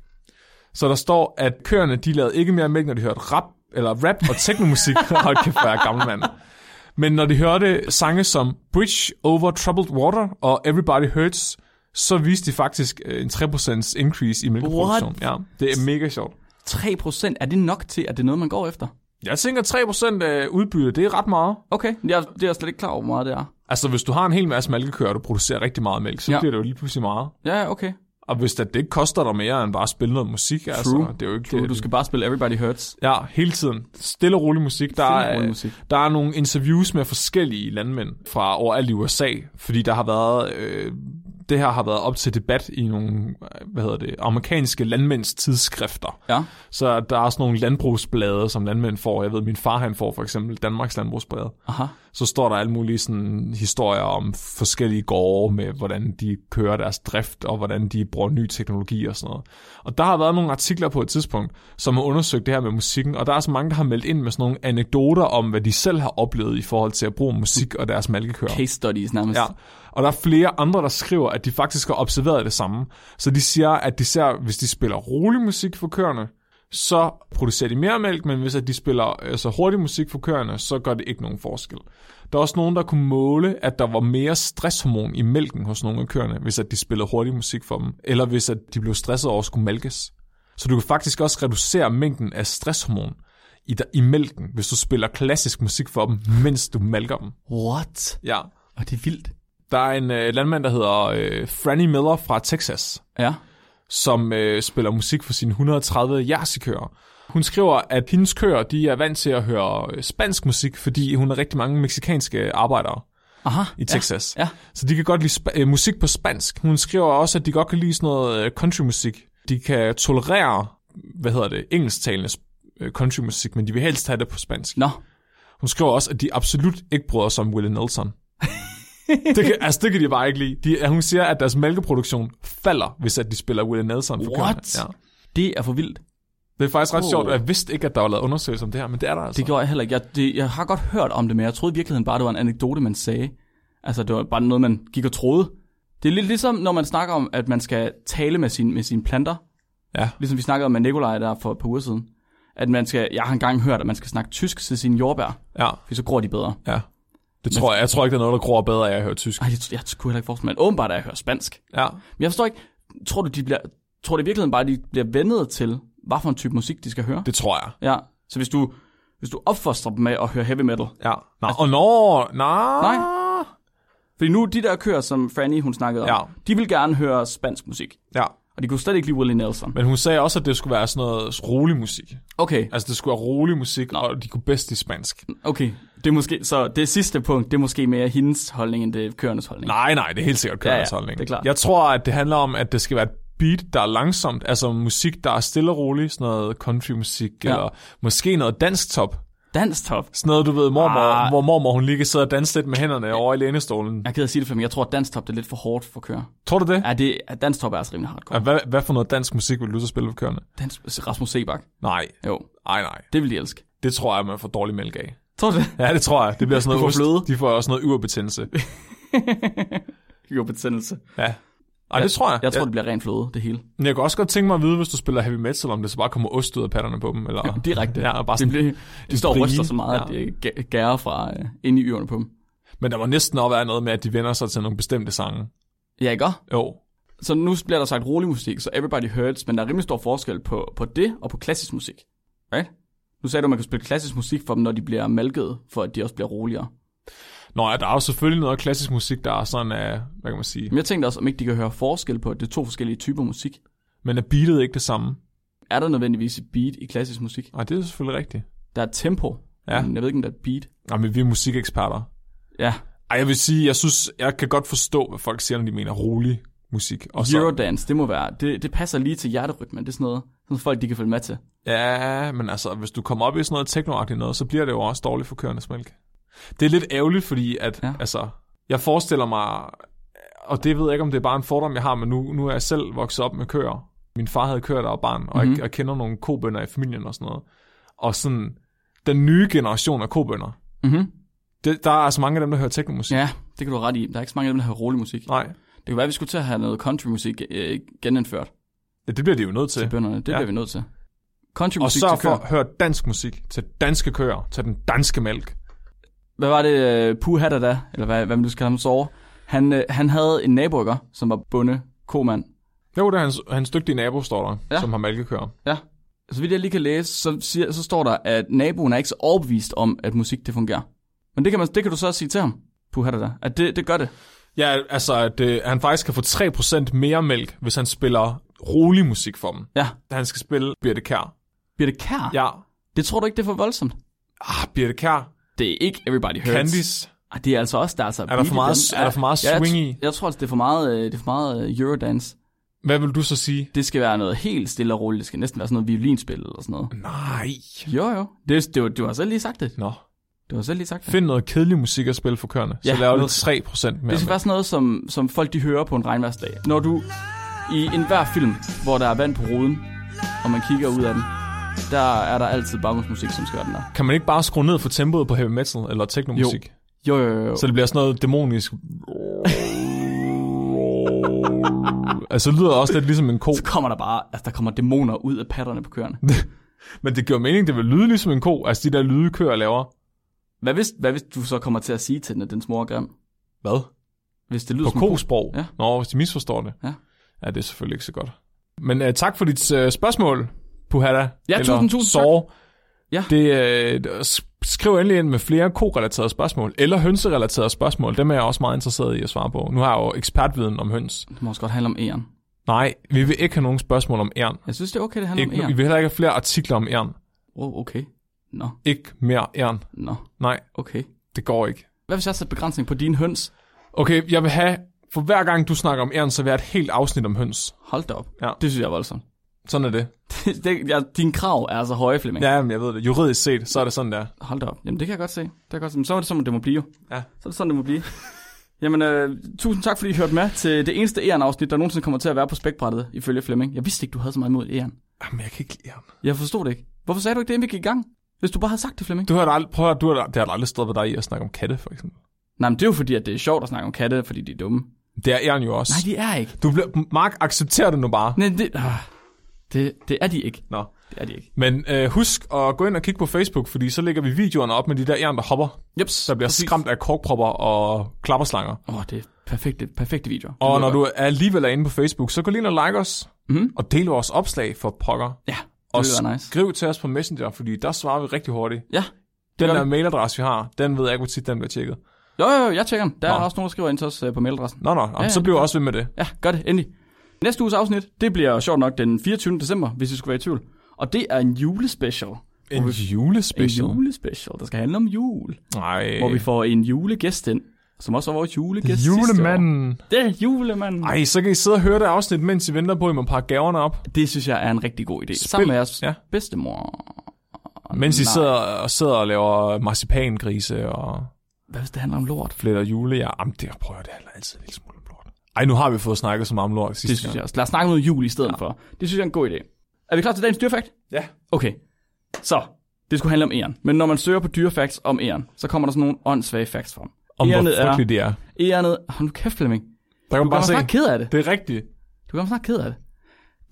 Så der står, at køerne, de lavede ikke mere mælk, når de hørte rap, eller rap og teknomusik. Hold kæft, hvor er jeg gammel mand. Men når de hørte sange som Bridge Over Troubled Water og Everybody Hurts, så viste de faktisk øh, en 3% increase i mælkeproduktion. Ja, det er mega sjovt.
3 procent. Er det nok til, at det er noget, man går efter?
Jeg tænker, 3% af udbytte, det er ret meget.
Okay. Det er, det er jeg slet ikke klar over, hvor meget det er.
Altså, hvis du har en hel masse malkekøer, og du producerer rigtig meget mælk, så
Ja.
ja. bliver det jo lige pludselig meget.
Ja, okay.
Og hvis det, det ikke koster dig mere end bare at spille noget musik, True. altså, det er jo ikke...
True.
det,
Du skal bare spille Everybody Hurts.
Ja, hele tiden. Stille og rolig musik. Der,
Stille og
er,
rolig musik.
der er nogle interviews med forskellige landmænd fra overalt i USA, fordi der har været... Øh, det her har været op til debat i nogle, hvad hedder det, amerikanske landmænds tidsskrifter.
Ja.
Så der er sådan nogle landbrugsblade, som landmænd får. Jeg ved, min far han får for eksempel Danmarks landbrugsblade
Aha.
så står der alle mulige sådan, historier om forskellige gårde med, hvordan de kører deres drift, og hvordan de bruger ny teknologi og sådan noget. Og der har været nogle artikler på et tidspunkt, som har undersøgt det her med musikken, og der er så mange, der har meldt ind med sådan nogle anekdoter om, hvad de selv har oplevet i forhold til at bruge musik og deres malkekøer.
Case studies nærmest.
Ja. Og der er flere andre, der skriver, at de faktisk har observeret det samme. Så de siger, at de ser, hvis de spiller rolig musik for køerne, så producerer de mere mælk, men hvis at de spiller øh, så hurtig musik for køerne, så gør det ikke nogen forskel. Der er også nogen, der kunne måle, at der var mere stresshormon i mælken hos nogle af køerne, hvis at de spillede hurtig musik for dem, eller hvis at de blev stresset over at skulle mælkes. Så du kan faktisk også reducere mængden af stresshormon i, i mælken, hvis du spiller klassisk musik for dem, mens du mælker dem.
What?
Ja.
Og det er vildt.
Der er en øh, landmand, der hedder øh, Franny Miller fra Texas,
Ja.
som øh, spiller musik for sine 130 jersikøer. Hun skriver, at hendes køer de er vant til at høre øh, spansk musik, fordi hun har rigtig mange meksikanske arbejdere
Aha.
i Texas.
Ja.
Så de kan godt lide spa- øh, musik på spansk. Hun skriver også, at de godt kan lide sådan noget øh, countrymusik. De kan tolerere, hvad hedder det, engelsktalende sp- øh, countrymusik, men de vil helst have det på spansk.
Nå.
Hun skriver også, at de absolut ikke bryder sig om Willie Nelson. det kan, altså, det kan de bare ikke lide. De, hun siger, at deres mælkeproduktion falder, hvis at de spiller Willie Nelson. For
What?
køerne. Ja.
Det er for vildt.
Det er faktisk ret
Oh.
sjovt, og jeg vidste ikke, at der var lavet undersøgelser om det her, men det er der altså.
Det gjorde jeg heller ikke. Jeg, det, jeg har godt hørt om det, men jeg troede i virkeligheden bare, det var en anekdote, man sagde. Altså, det var bare noget, man gik og troede. Det er lidt ligesom, når man snakker om, at man skal tale med, sin, med sine planter.
Ja.
Ligesom vi snakkede om med Nikolaj der for et par uger siden. At man skal, jeg har engang hørt, at man skal snakke tysk til sine jordbær,
Ja,
for så gror de bedre.
ja. Det tror jeg. Jeg tror ikke, der er noget, der gror bedre af at høre tysk.
Ej, jeg, jeg kunne heller ikke forestille mig, men åbenbart er jeg hører spansk.
Ja.
Men jeg forstår ikke, tror du, de bliver, tror du i virkeligheden bare, de bliver vendet til, hvad for en type musik, de skal høre?
Det tror jeg.
Ja, så hvis du, hvis du opfostrer dem med at høre heavy metal,
Ja. Nå, og nå, nej.
Nej. Fordi nu, de der kører, som Franny hun snakkede om,
Ja.
de vil gerne høre spansk musik.
Ja.
Og de kunne slet ikke lide Willie Nelson.
Men hun sagde også, at det skulle være sådan noget rolig musik.
Okay,
Altså, det skulle være rolig musik, og de kunne bedst i spansk.
okay. Det er måske, så det sidste punkt, det er måske mere hendes holdning, end det er kørendes holdning.
Nej, nej, det er helt sikkert kørendes
Ja, ja,
holdning.
det er klart.
Jeg tror, at det handler om, at det skal være et beat, der er langsomt, altså musik, der er stille og rolig, sådan noget countrymusik,
Ja.
ja. eller måske noget dansk top.
Dansk top.
Sådan noget, du ved, mormor,
Ah.
ah. hvor mormor, hun lige kan sidde og danse lidt med hænderne over i lænestolen.
Jeg er ked af at sige det for, men jeg tror, at dansk top det er lidt for hårdt for kører.
Tror du det?
Ja, det, at dansk top er altså rimelig hardcore.
Ja. Hvad, hvad for noget dansk musik vil du så spille for kørende?
Dansk, Rasmus Sebak.
Nej,
Jo,
nej, nej.
det vil de elske.
Det tror jeg, man får dårlig mælk af.
Tror du det?
Ja, det tror jeg. Det bliver sådan
Du får
noget
fløde.
ost. De får også noget yverbetændelse.
Jo, betændelse.
Ja. Ej, det tror jeg.
Jeg tror, det bliver ren fløde, det hele.
jeg, jeg kunne også godt tænke mig at vide, hvis du spiller heavy metal, om det så bare kommer ost ud af patterne på dem. Eller...
Direkte.
Ja, og bare
det
sådan,
bliver, de står og
frie.
ryster så meget,
Ja.
at det gæ- gærer fra øh, ind i ørerne på dem.
Men der må næsten også være noget med, at de vender sig til nogle bestemte sange.
Ja, ikke også?
Jo.
Så nu bliver der sagt rolig musik, så everybody hurts, men der er rimelig stor forskel på, på det og på klassisk musik. Right? Nu sagde du, at man kan spille klassisk musik for dem, når de bliver malket, for at de også bliver roligere.
Nå ja, der er jo selvfølgelig noget klassisk musik, der er sådan af, hvad kan man sige,
Men jeg tænkte også, om ikke de kan høre forskel på, at det er to forskellige typer musik.
men er beatet ikke det samme?
Er der nødvendigvis et beat i klassisk musik?
Nej, det er selvfølgelig rigtigt.
Der er et tempo.
Ja.
Men jeg ved ikke, om der er et beat.
Nej, men vi er musikeksperter.
Ja,
Ej, jeg vil sige, jeg synes, jeg kan godt forstå, hvad folk siger, når de mener rolig musik. Og så,
Eurodance, det må være. Det, det passer lige til hjerterytmen. Det er sådan noget, sådan folk de kan følge med til.
ja, men altså, hvis du kommer op i sådan noget teknoagtigt noget, så bliver det jo også dårligt for kørendes mælk. Det er lidt ærgerligt, fordi at,
Ja.
ja. altså, jeg forestiller mig, og det ved jeg ikke, om det er bare en fordom, jeg har, men nu, nu er jeg selv vokset op med køer. Min far havde køer, der var barn, og
Mhm.
mm-hmm. jeg, jeg kender nogle kobønder i familien og sådan noget. Og sådan, den nye generation af kobønder, Mm-hmm.
Mhm.
det, der er altså mange af dem, der hører teknomusik.
Ja, det kan du have ret i. Der er ikke så mange af dem, der har rolig musik.
Nej,
Det kunne være, at vi skulle til at have noget countrymusik øh, genindført
ja, det bliver de jo nødt til.
til bønderne. Det
Ja.
bliver vi nødt til.
Og
Countrymusik
sørg
til
for
køer.
at høre dansk musik til danske køer, til den danske mælk.
hvad var det, øh, Puh Hatter da, eller hvad, hvad man nu skal kalde ham sove, han, øh, han havde en nabo, ikke? som var bonde, komand.
Jo, det er hans, hans dygtige nabo, står der,
Ja.
ja. som har mælkekøer.
Ja. Så vidt jeg lige kan læse, så, siger, så står der, at naboen er ikke så overbevist om, at musik det fungerer. Men det kan, man, det kan du så sige til ham, Puh Hatter da, at det, det gør det.
Ja, altså, at øh, han faktisk kan få 3% mere mælk, hvis han spiller rolig musik for dem.
Ja.
Han skal spille Birte Kær.
Birte Kær?
Ja,
Det tror du ikke, det er for voldsomt?
ah, Birte Kær.
Det er ikke Everybody Hurts.
Candice.
Ah, det er altså også, der er altså
der for meget- er der for meget swing
jeg,
i?
Jeg tror altså, det er for meget, øh, det er for meget øh, Eurodance.
Hvad vil du så sige?
Det skal være noget helt stille og roligt. Det skal næsten være sådan noget violinspil eller sådan
Mm.
noget.
Nej.
Jo, jo. Det, det, var, du har selv lige sagt det.
Nå.
Du har selv lige sagt det.
Find noget kedelig musik at spille for køerne.
Ja,
Ja, så laver
noget-
det 3% mere
Det skal
mælk.
være sådan noget, som, som folk de hører på en regnværsdag. Når du i enhver film, hvor der er vand på ruden, og man kigger ud af den, der er der altid baggrundsmusik, som skal være den der.
Kan man ikke bare skrue ned for tempoet på heavy metal eller teknomusik? Jo.
Jo, jo, jo. jo.
Så det bliver sådan noget dæmonisk. altså, det lyder også lidt ligesom en ko.
Så kommer der bare, altså der kommer dæmoner ud af patterne på køerne.
Men det giver mening, det vil lyde ligesom en ko. Altså, de der lyde køer laver.
Hvad hvis, hvad hvis du så kommer til at sige til den, at den smor er grim?
Hvad?
Hvis det lyder
På
som en ko.
kosprog.
Ja.
Ja. Nå, hvis de misforstår det.
Ja.
ja det er selvfølgelig ikke så godt. Men uh, tak for dit uh, spørgsmål, Puhada.
Ja, tusind, tusind
sår.
Ja.
Det, uh, skriv endelig ind med flere ko-relaterede spørgsmål, eller hønserelaterede spørgsmål. Dem er jeg også meget interesseret i at svare på. Nu har jeg jo ekspertviden om høns.
Det må også godt handle om æren.
Nej, vi vil ikke have nogen spørgsmål om æren.
Jeg synes, det er okay, det handler
Ikke,
om
vi
æren.
vil heller ikke have flere artikler om æren.
Oh, okay. Nå,
Ikke mere æren.
nå,
Nej,
okay.
det går ikke.
Hvad hvis jeg sætter begrænsning på dine høns?
Okay, jeg vil have... For hver gang du snakker om æren, så vil jeg have et helt afsnit om høns.
Hold da op.
Ja.
Det synes jeg er voldsomt.
Sådan er det.
Det, det, ja, dine krav er altså høje, Flemming.
Ja, men jeg ved det. Juridisk set, så er det sådan der.
Hold da op. Jamen, det kan jeg godt se. Det kan jeg godt se. Men så er det sådan, det må blive jo.
Ja.
Så er det sådan, det må blive. Jamen, øh, tusind tak, fordi I hørte med til det eneste æren-afsnit, der nogensinde kommer til at være på spækbrættet, ifølge Flemming. Jeg vidste ikke, du havde så meget imod æren.
Jamen, jeg kan ikke lide ham.
Jeg forstod det ikke. Hvorfor sagde du ikke det, inden vi gik i gang? Hvis du bare havde sagt det, Flemming.
Du har da aldrig, prøv at, høre, du har, da- det har da aldrig stået ved dig i at snakke om katte, for eksempel.
Nej, men det er jo fordi, at det er sjovt at snakke om katte, fordi de er dumme.
Det er æren jo også.
Nej, de er ikke.
Du bliver, Mark, accepterer det nu bare.
Nej, det, øh, det, det er de ikke.
Nå.
Det er de ikke.
Men øh, husk at gå ind og kigge på Facebook, fordi så lægger vi videoerne op med de der æren, der hopper.
Jeps,
Så bliver Præcis. skræmt af korkpropper og klapperslanger.
Åh, oh, det er perfekte, perfekte videoer. Det
Og
lyder
når
godt.
du alligevel er inde på Facebook, så gå lige ind og like os.
Mhm.
Og del vores opslag for pokker.
Ja,
Og
det ville være nice.
skriv til os på Messenger, fordi der svarer vi rigtig hurtigt.
Ja,
Den
gør
der
vi.
mailadresse, vi har, den ved jeg ikke, hvor tit den bliver tjekket.
Jo, jo, jo, jeg tjekker dem. Der er
Nå.
også nogen, der skriver ind til os øh, på mailadressen.
Nå, nå, ja,
ja,
så bliver jeg også ved med det.
Ja, gør det, endelig. Næste uges afsnit, det bliver sjovt nok den 24. december, hvis I skulle være i tvivl. Og det er en julespecial.
En julespecial.
En julespecial, der skal handle om jul.
Nej.
Hvor vi får en julegæst ind, som også var vores julegæst sidste
Julemanden.
år. Det er julemanden.
Ej, så kan I sidde og høre det afsnit, mens I venter på, at I må pakke gaverne op.
Det synes jeg er en rigtig god idé. Spil. Sammen med jeres ja.
Ja.
bedstemor.
Mens I
nej.
sidder og, sidder og laver marcipangrise og
Hvad hvis det handler om lort?
fletter jule. Ja, jamen, det prøver jeg, det handler altid en lille smule om lort. Ej, nu har vi fået snakket så meget om lort sidste
Det synes jeg også. Lad os snakke om noget jul i stedet ja. for. Det synes jeg er en god idé. Er vi klar til dagens dyrefakt?
Ja.
Okay. Så, det skulle handle om æren. Men når man søger på dyrefacts om æren, så kommer der sådan nogle åndssvage facts frem.
Om hvor
Ærenet er-
frygteligt det er.
Ærenet... Hold nu kæft, Flemming.
Der kan
Du
man
gør
bare
mig
se.
snart ked af det.
Det er rigtigt.
Du gør mig snart ked af det.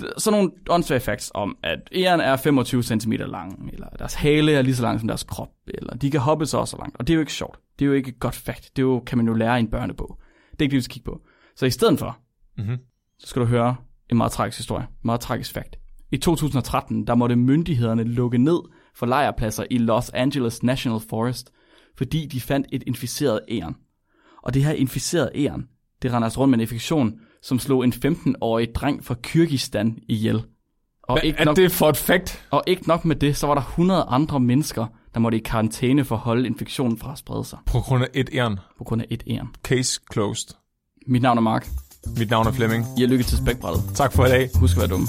D- Sådan nogle åndssvage facts om, at æren er 25 cm lang, eller deres hale er lige så lang som deres krop, eller de kan hoppe så og så langt. Og det er jo ikke sjovt. Det er jo ikke et godt fact. Det er jo, kan man jo lære i en børnebog. Det er ikke det, vi skal kigge på. Så i stedet for,
Mhm.
så skal du høre en meget tragisk historie. En meget tragisk fact. I 2013, der måtte myndighederne lukke ned for lejrpladser i Los Angeles National Forest, fordi de fandt et inficeret æren. Og det her inficerede æren, det render altså rundt med en infektion, som slog en 15-årig dreng fra Kyrgyzstan ihjel. Og
Hvad
ikke,
er
nok,
det for et fact?
og ikke nok med det, så var der 100 andre mennesker, der måtte i karantæne for at holde infektionen fra at sprede sig
På grund af et æren.
på grund af et æren.
Case closed.
Mit navn er Mark.
Mit navn er Flemming.
I har lykke til spækbrættet.
Tak for i dag.
Husk at være dumme.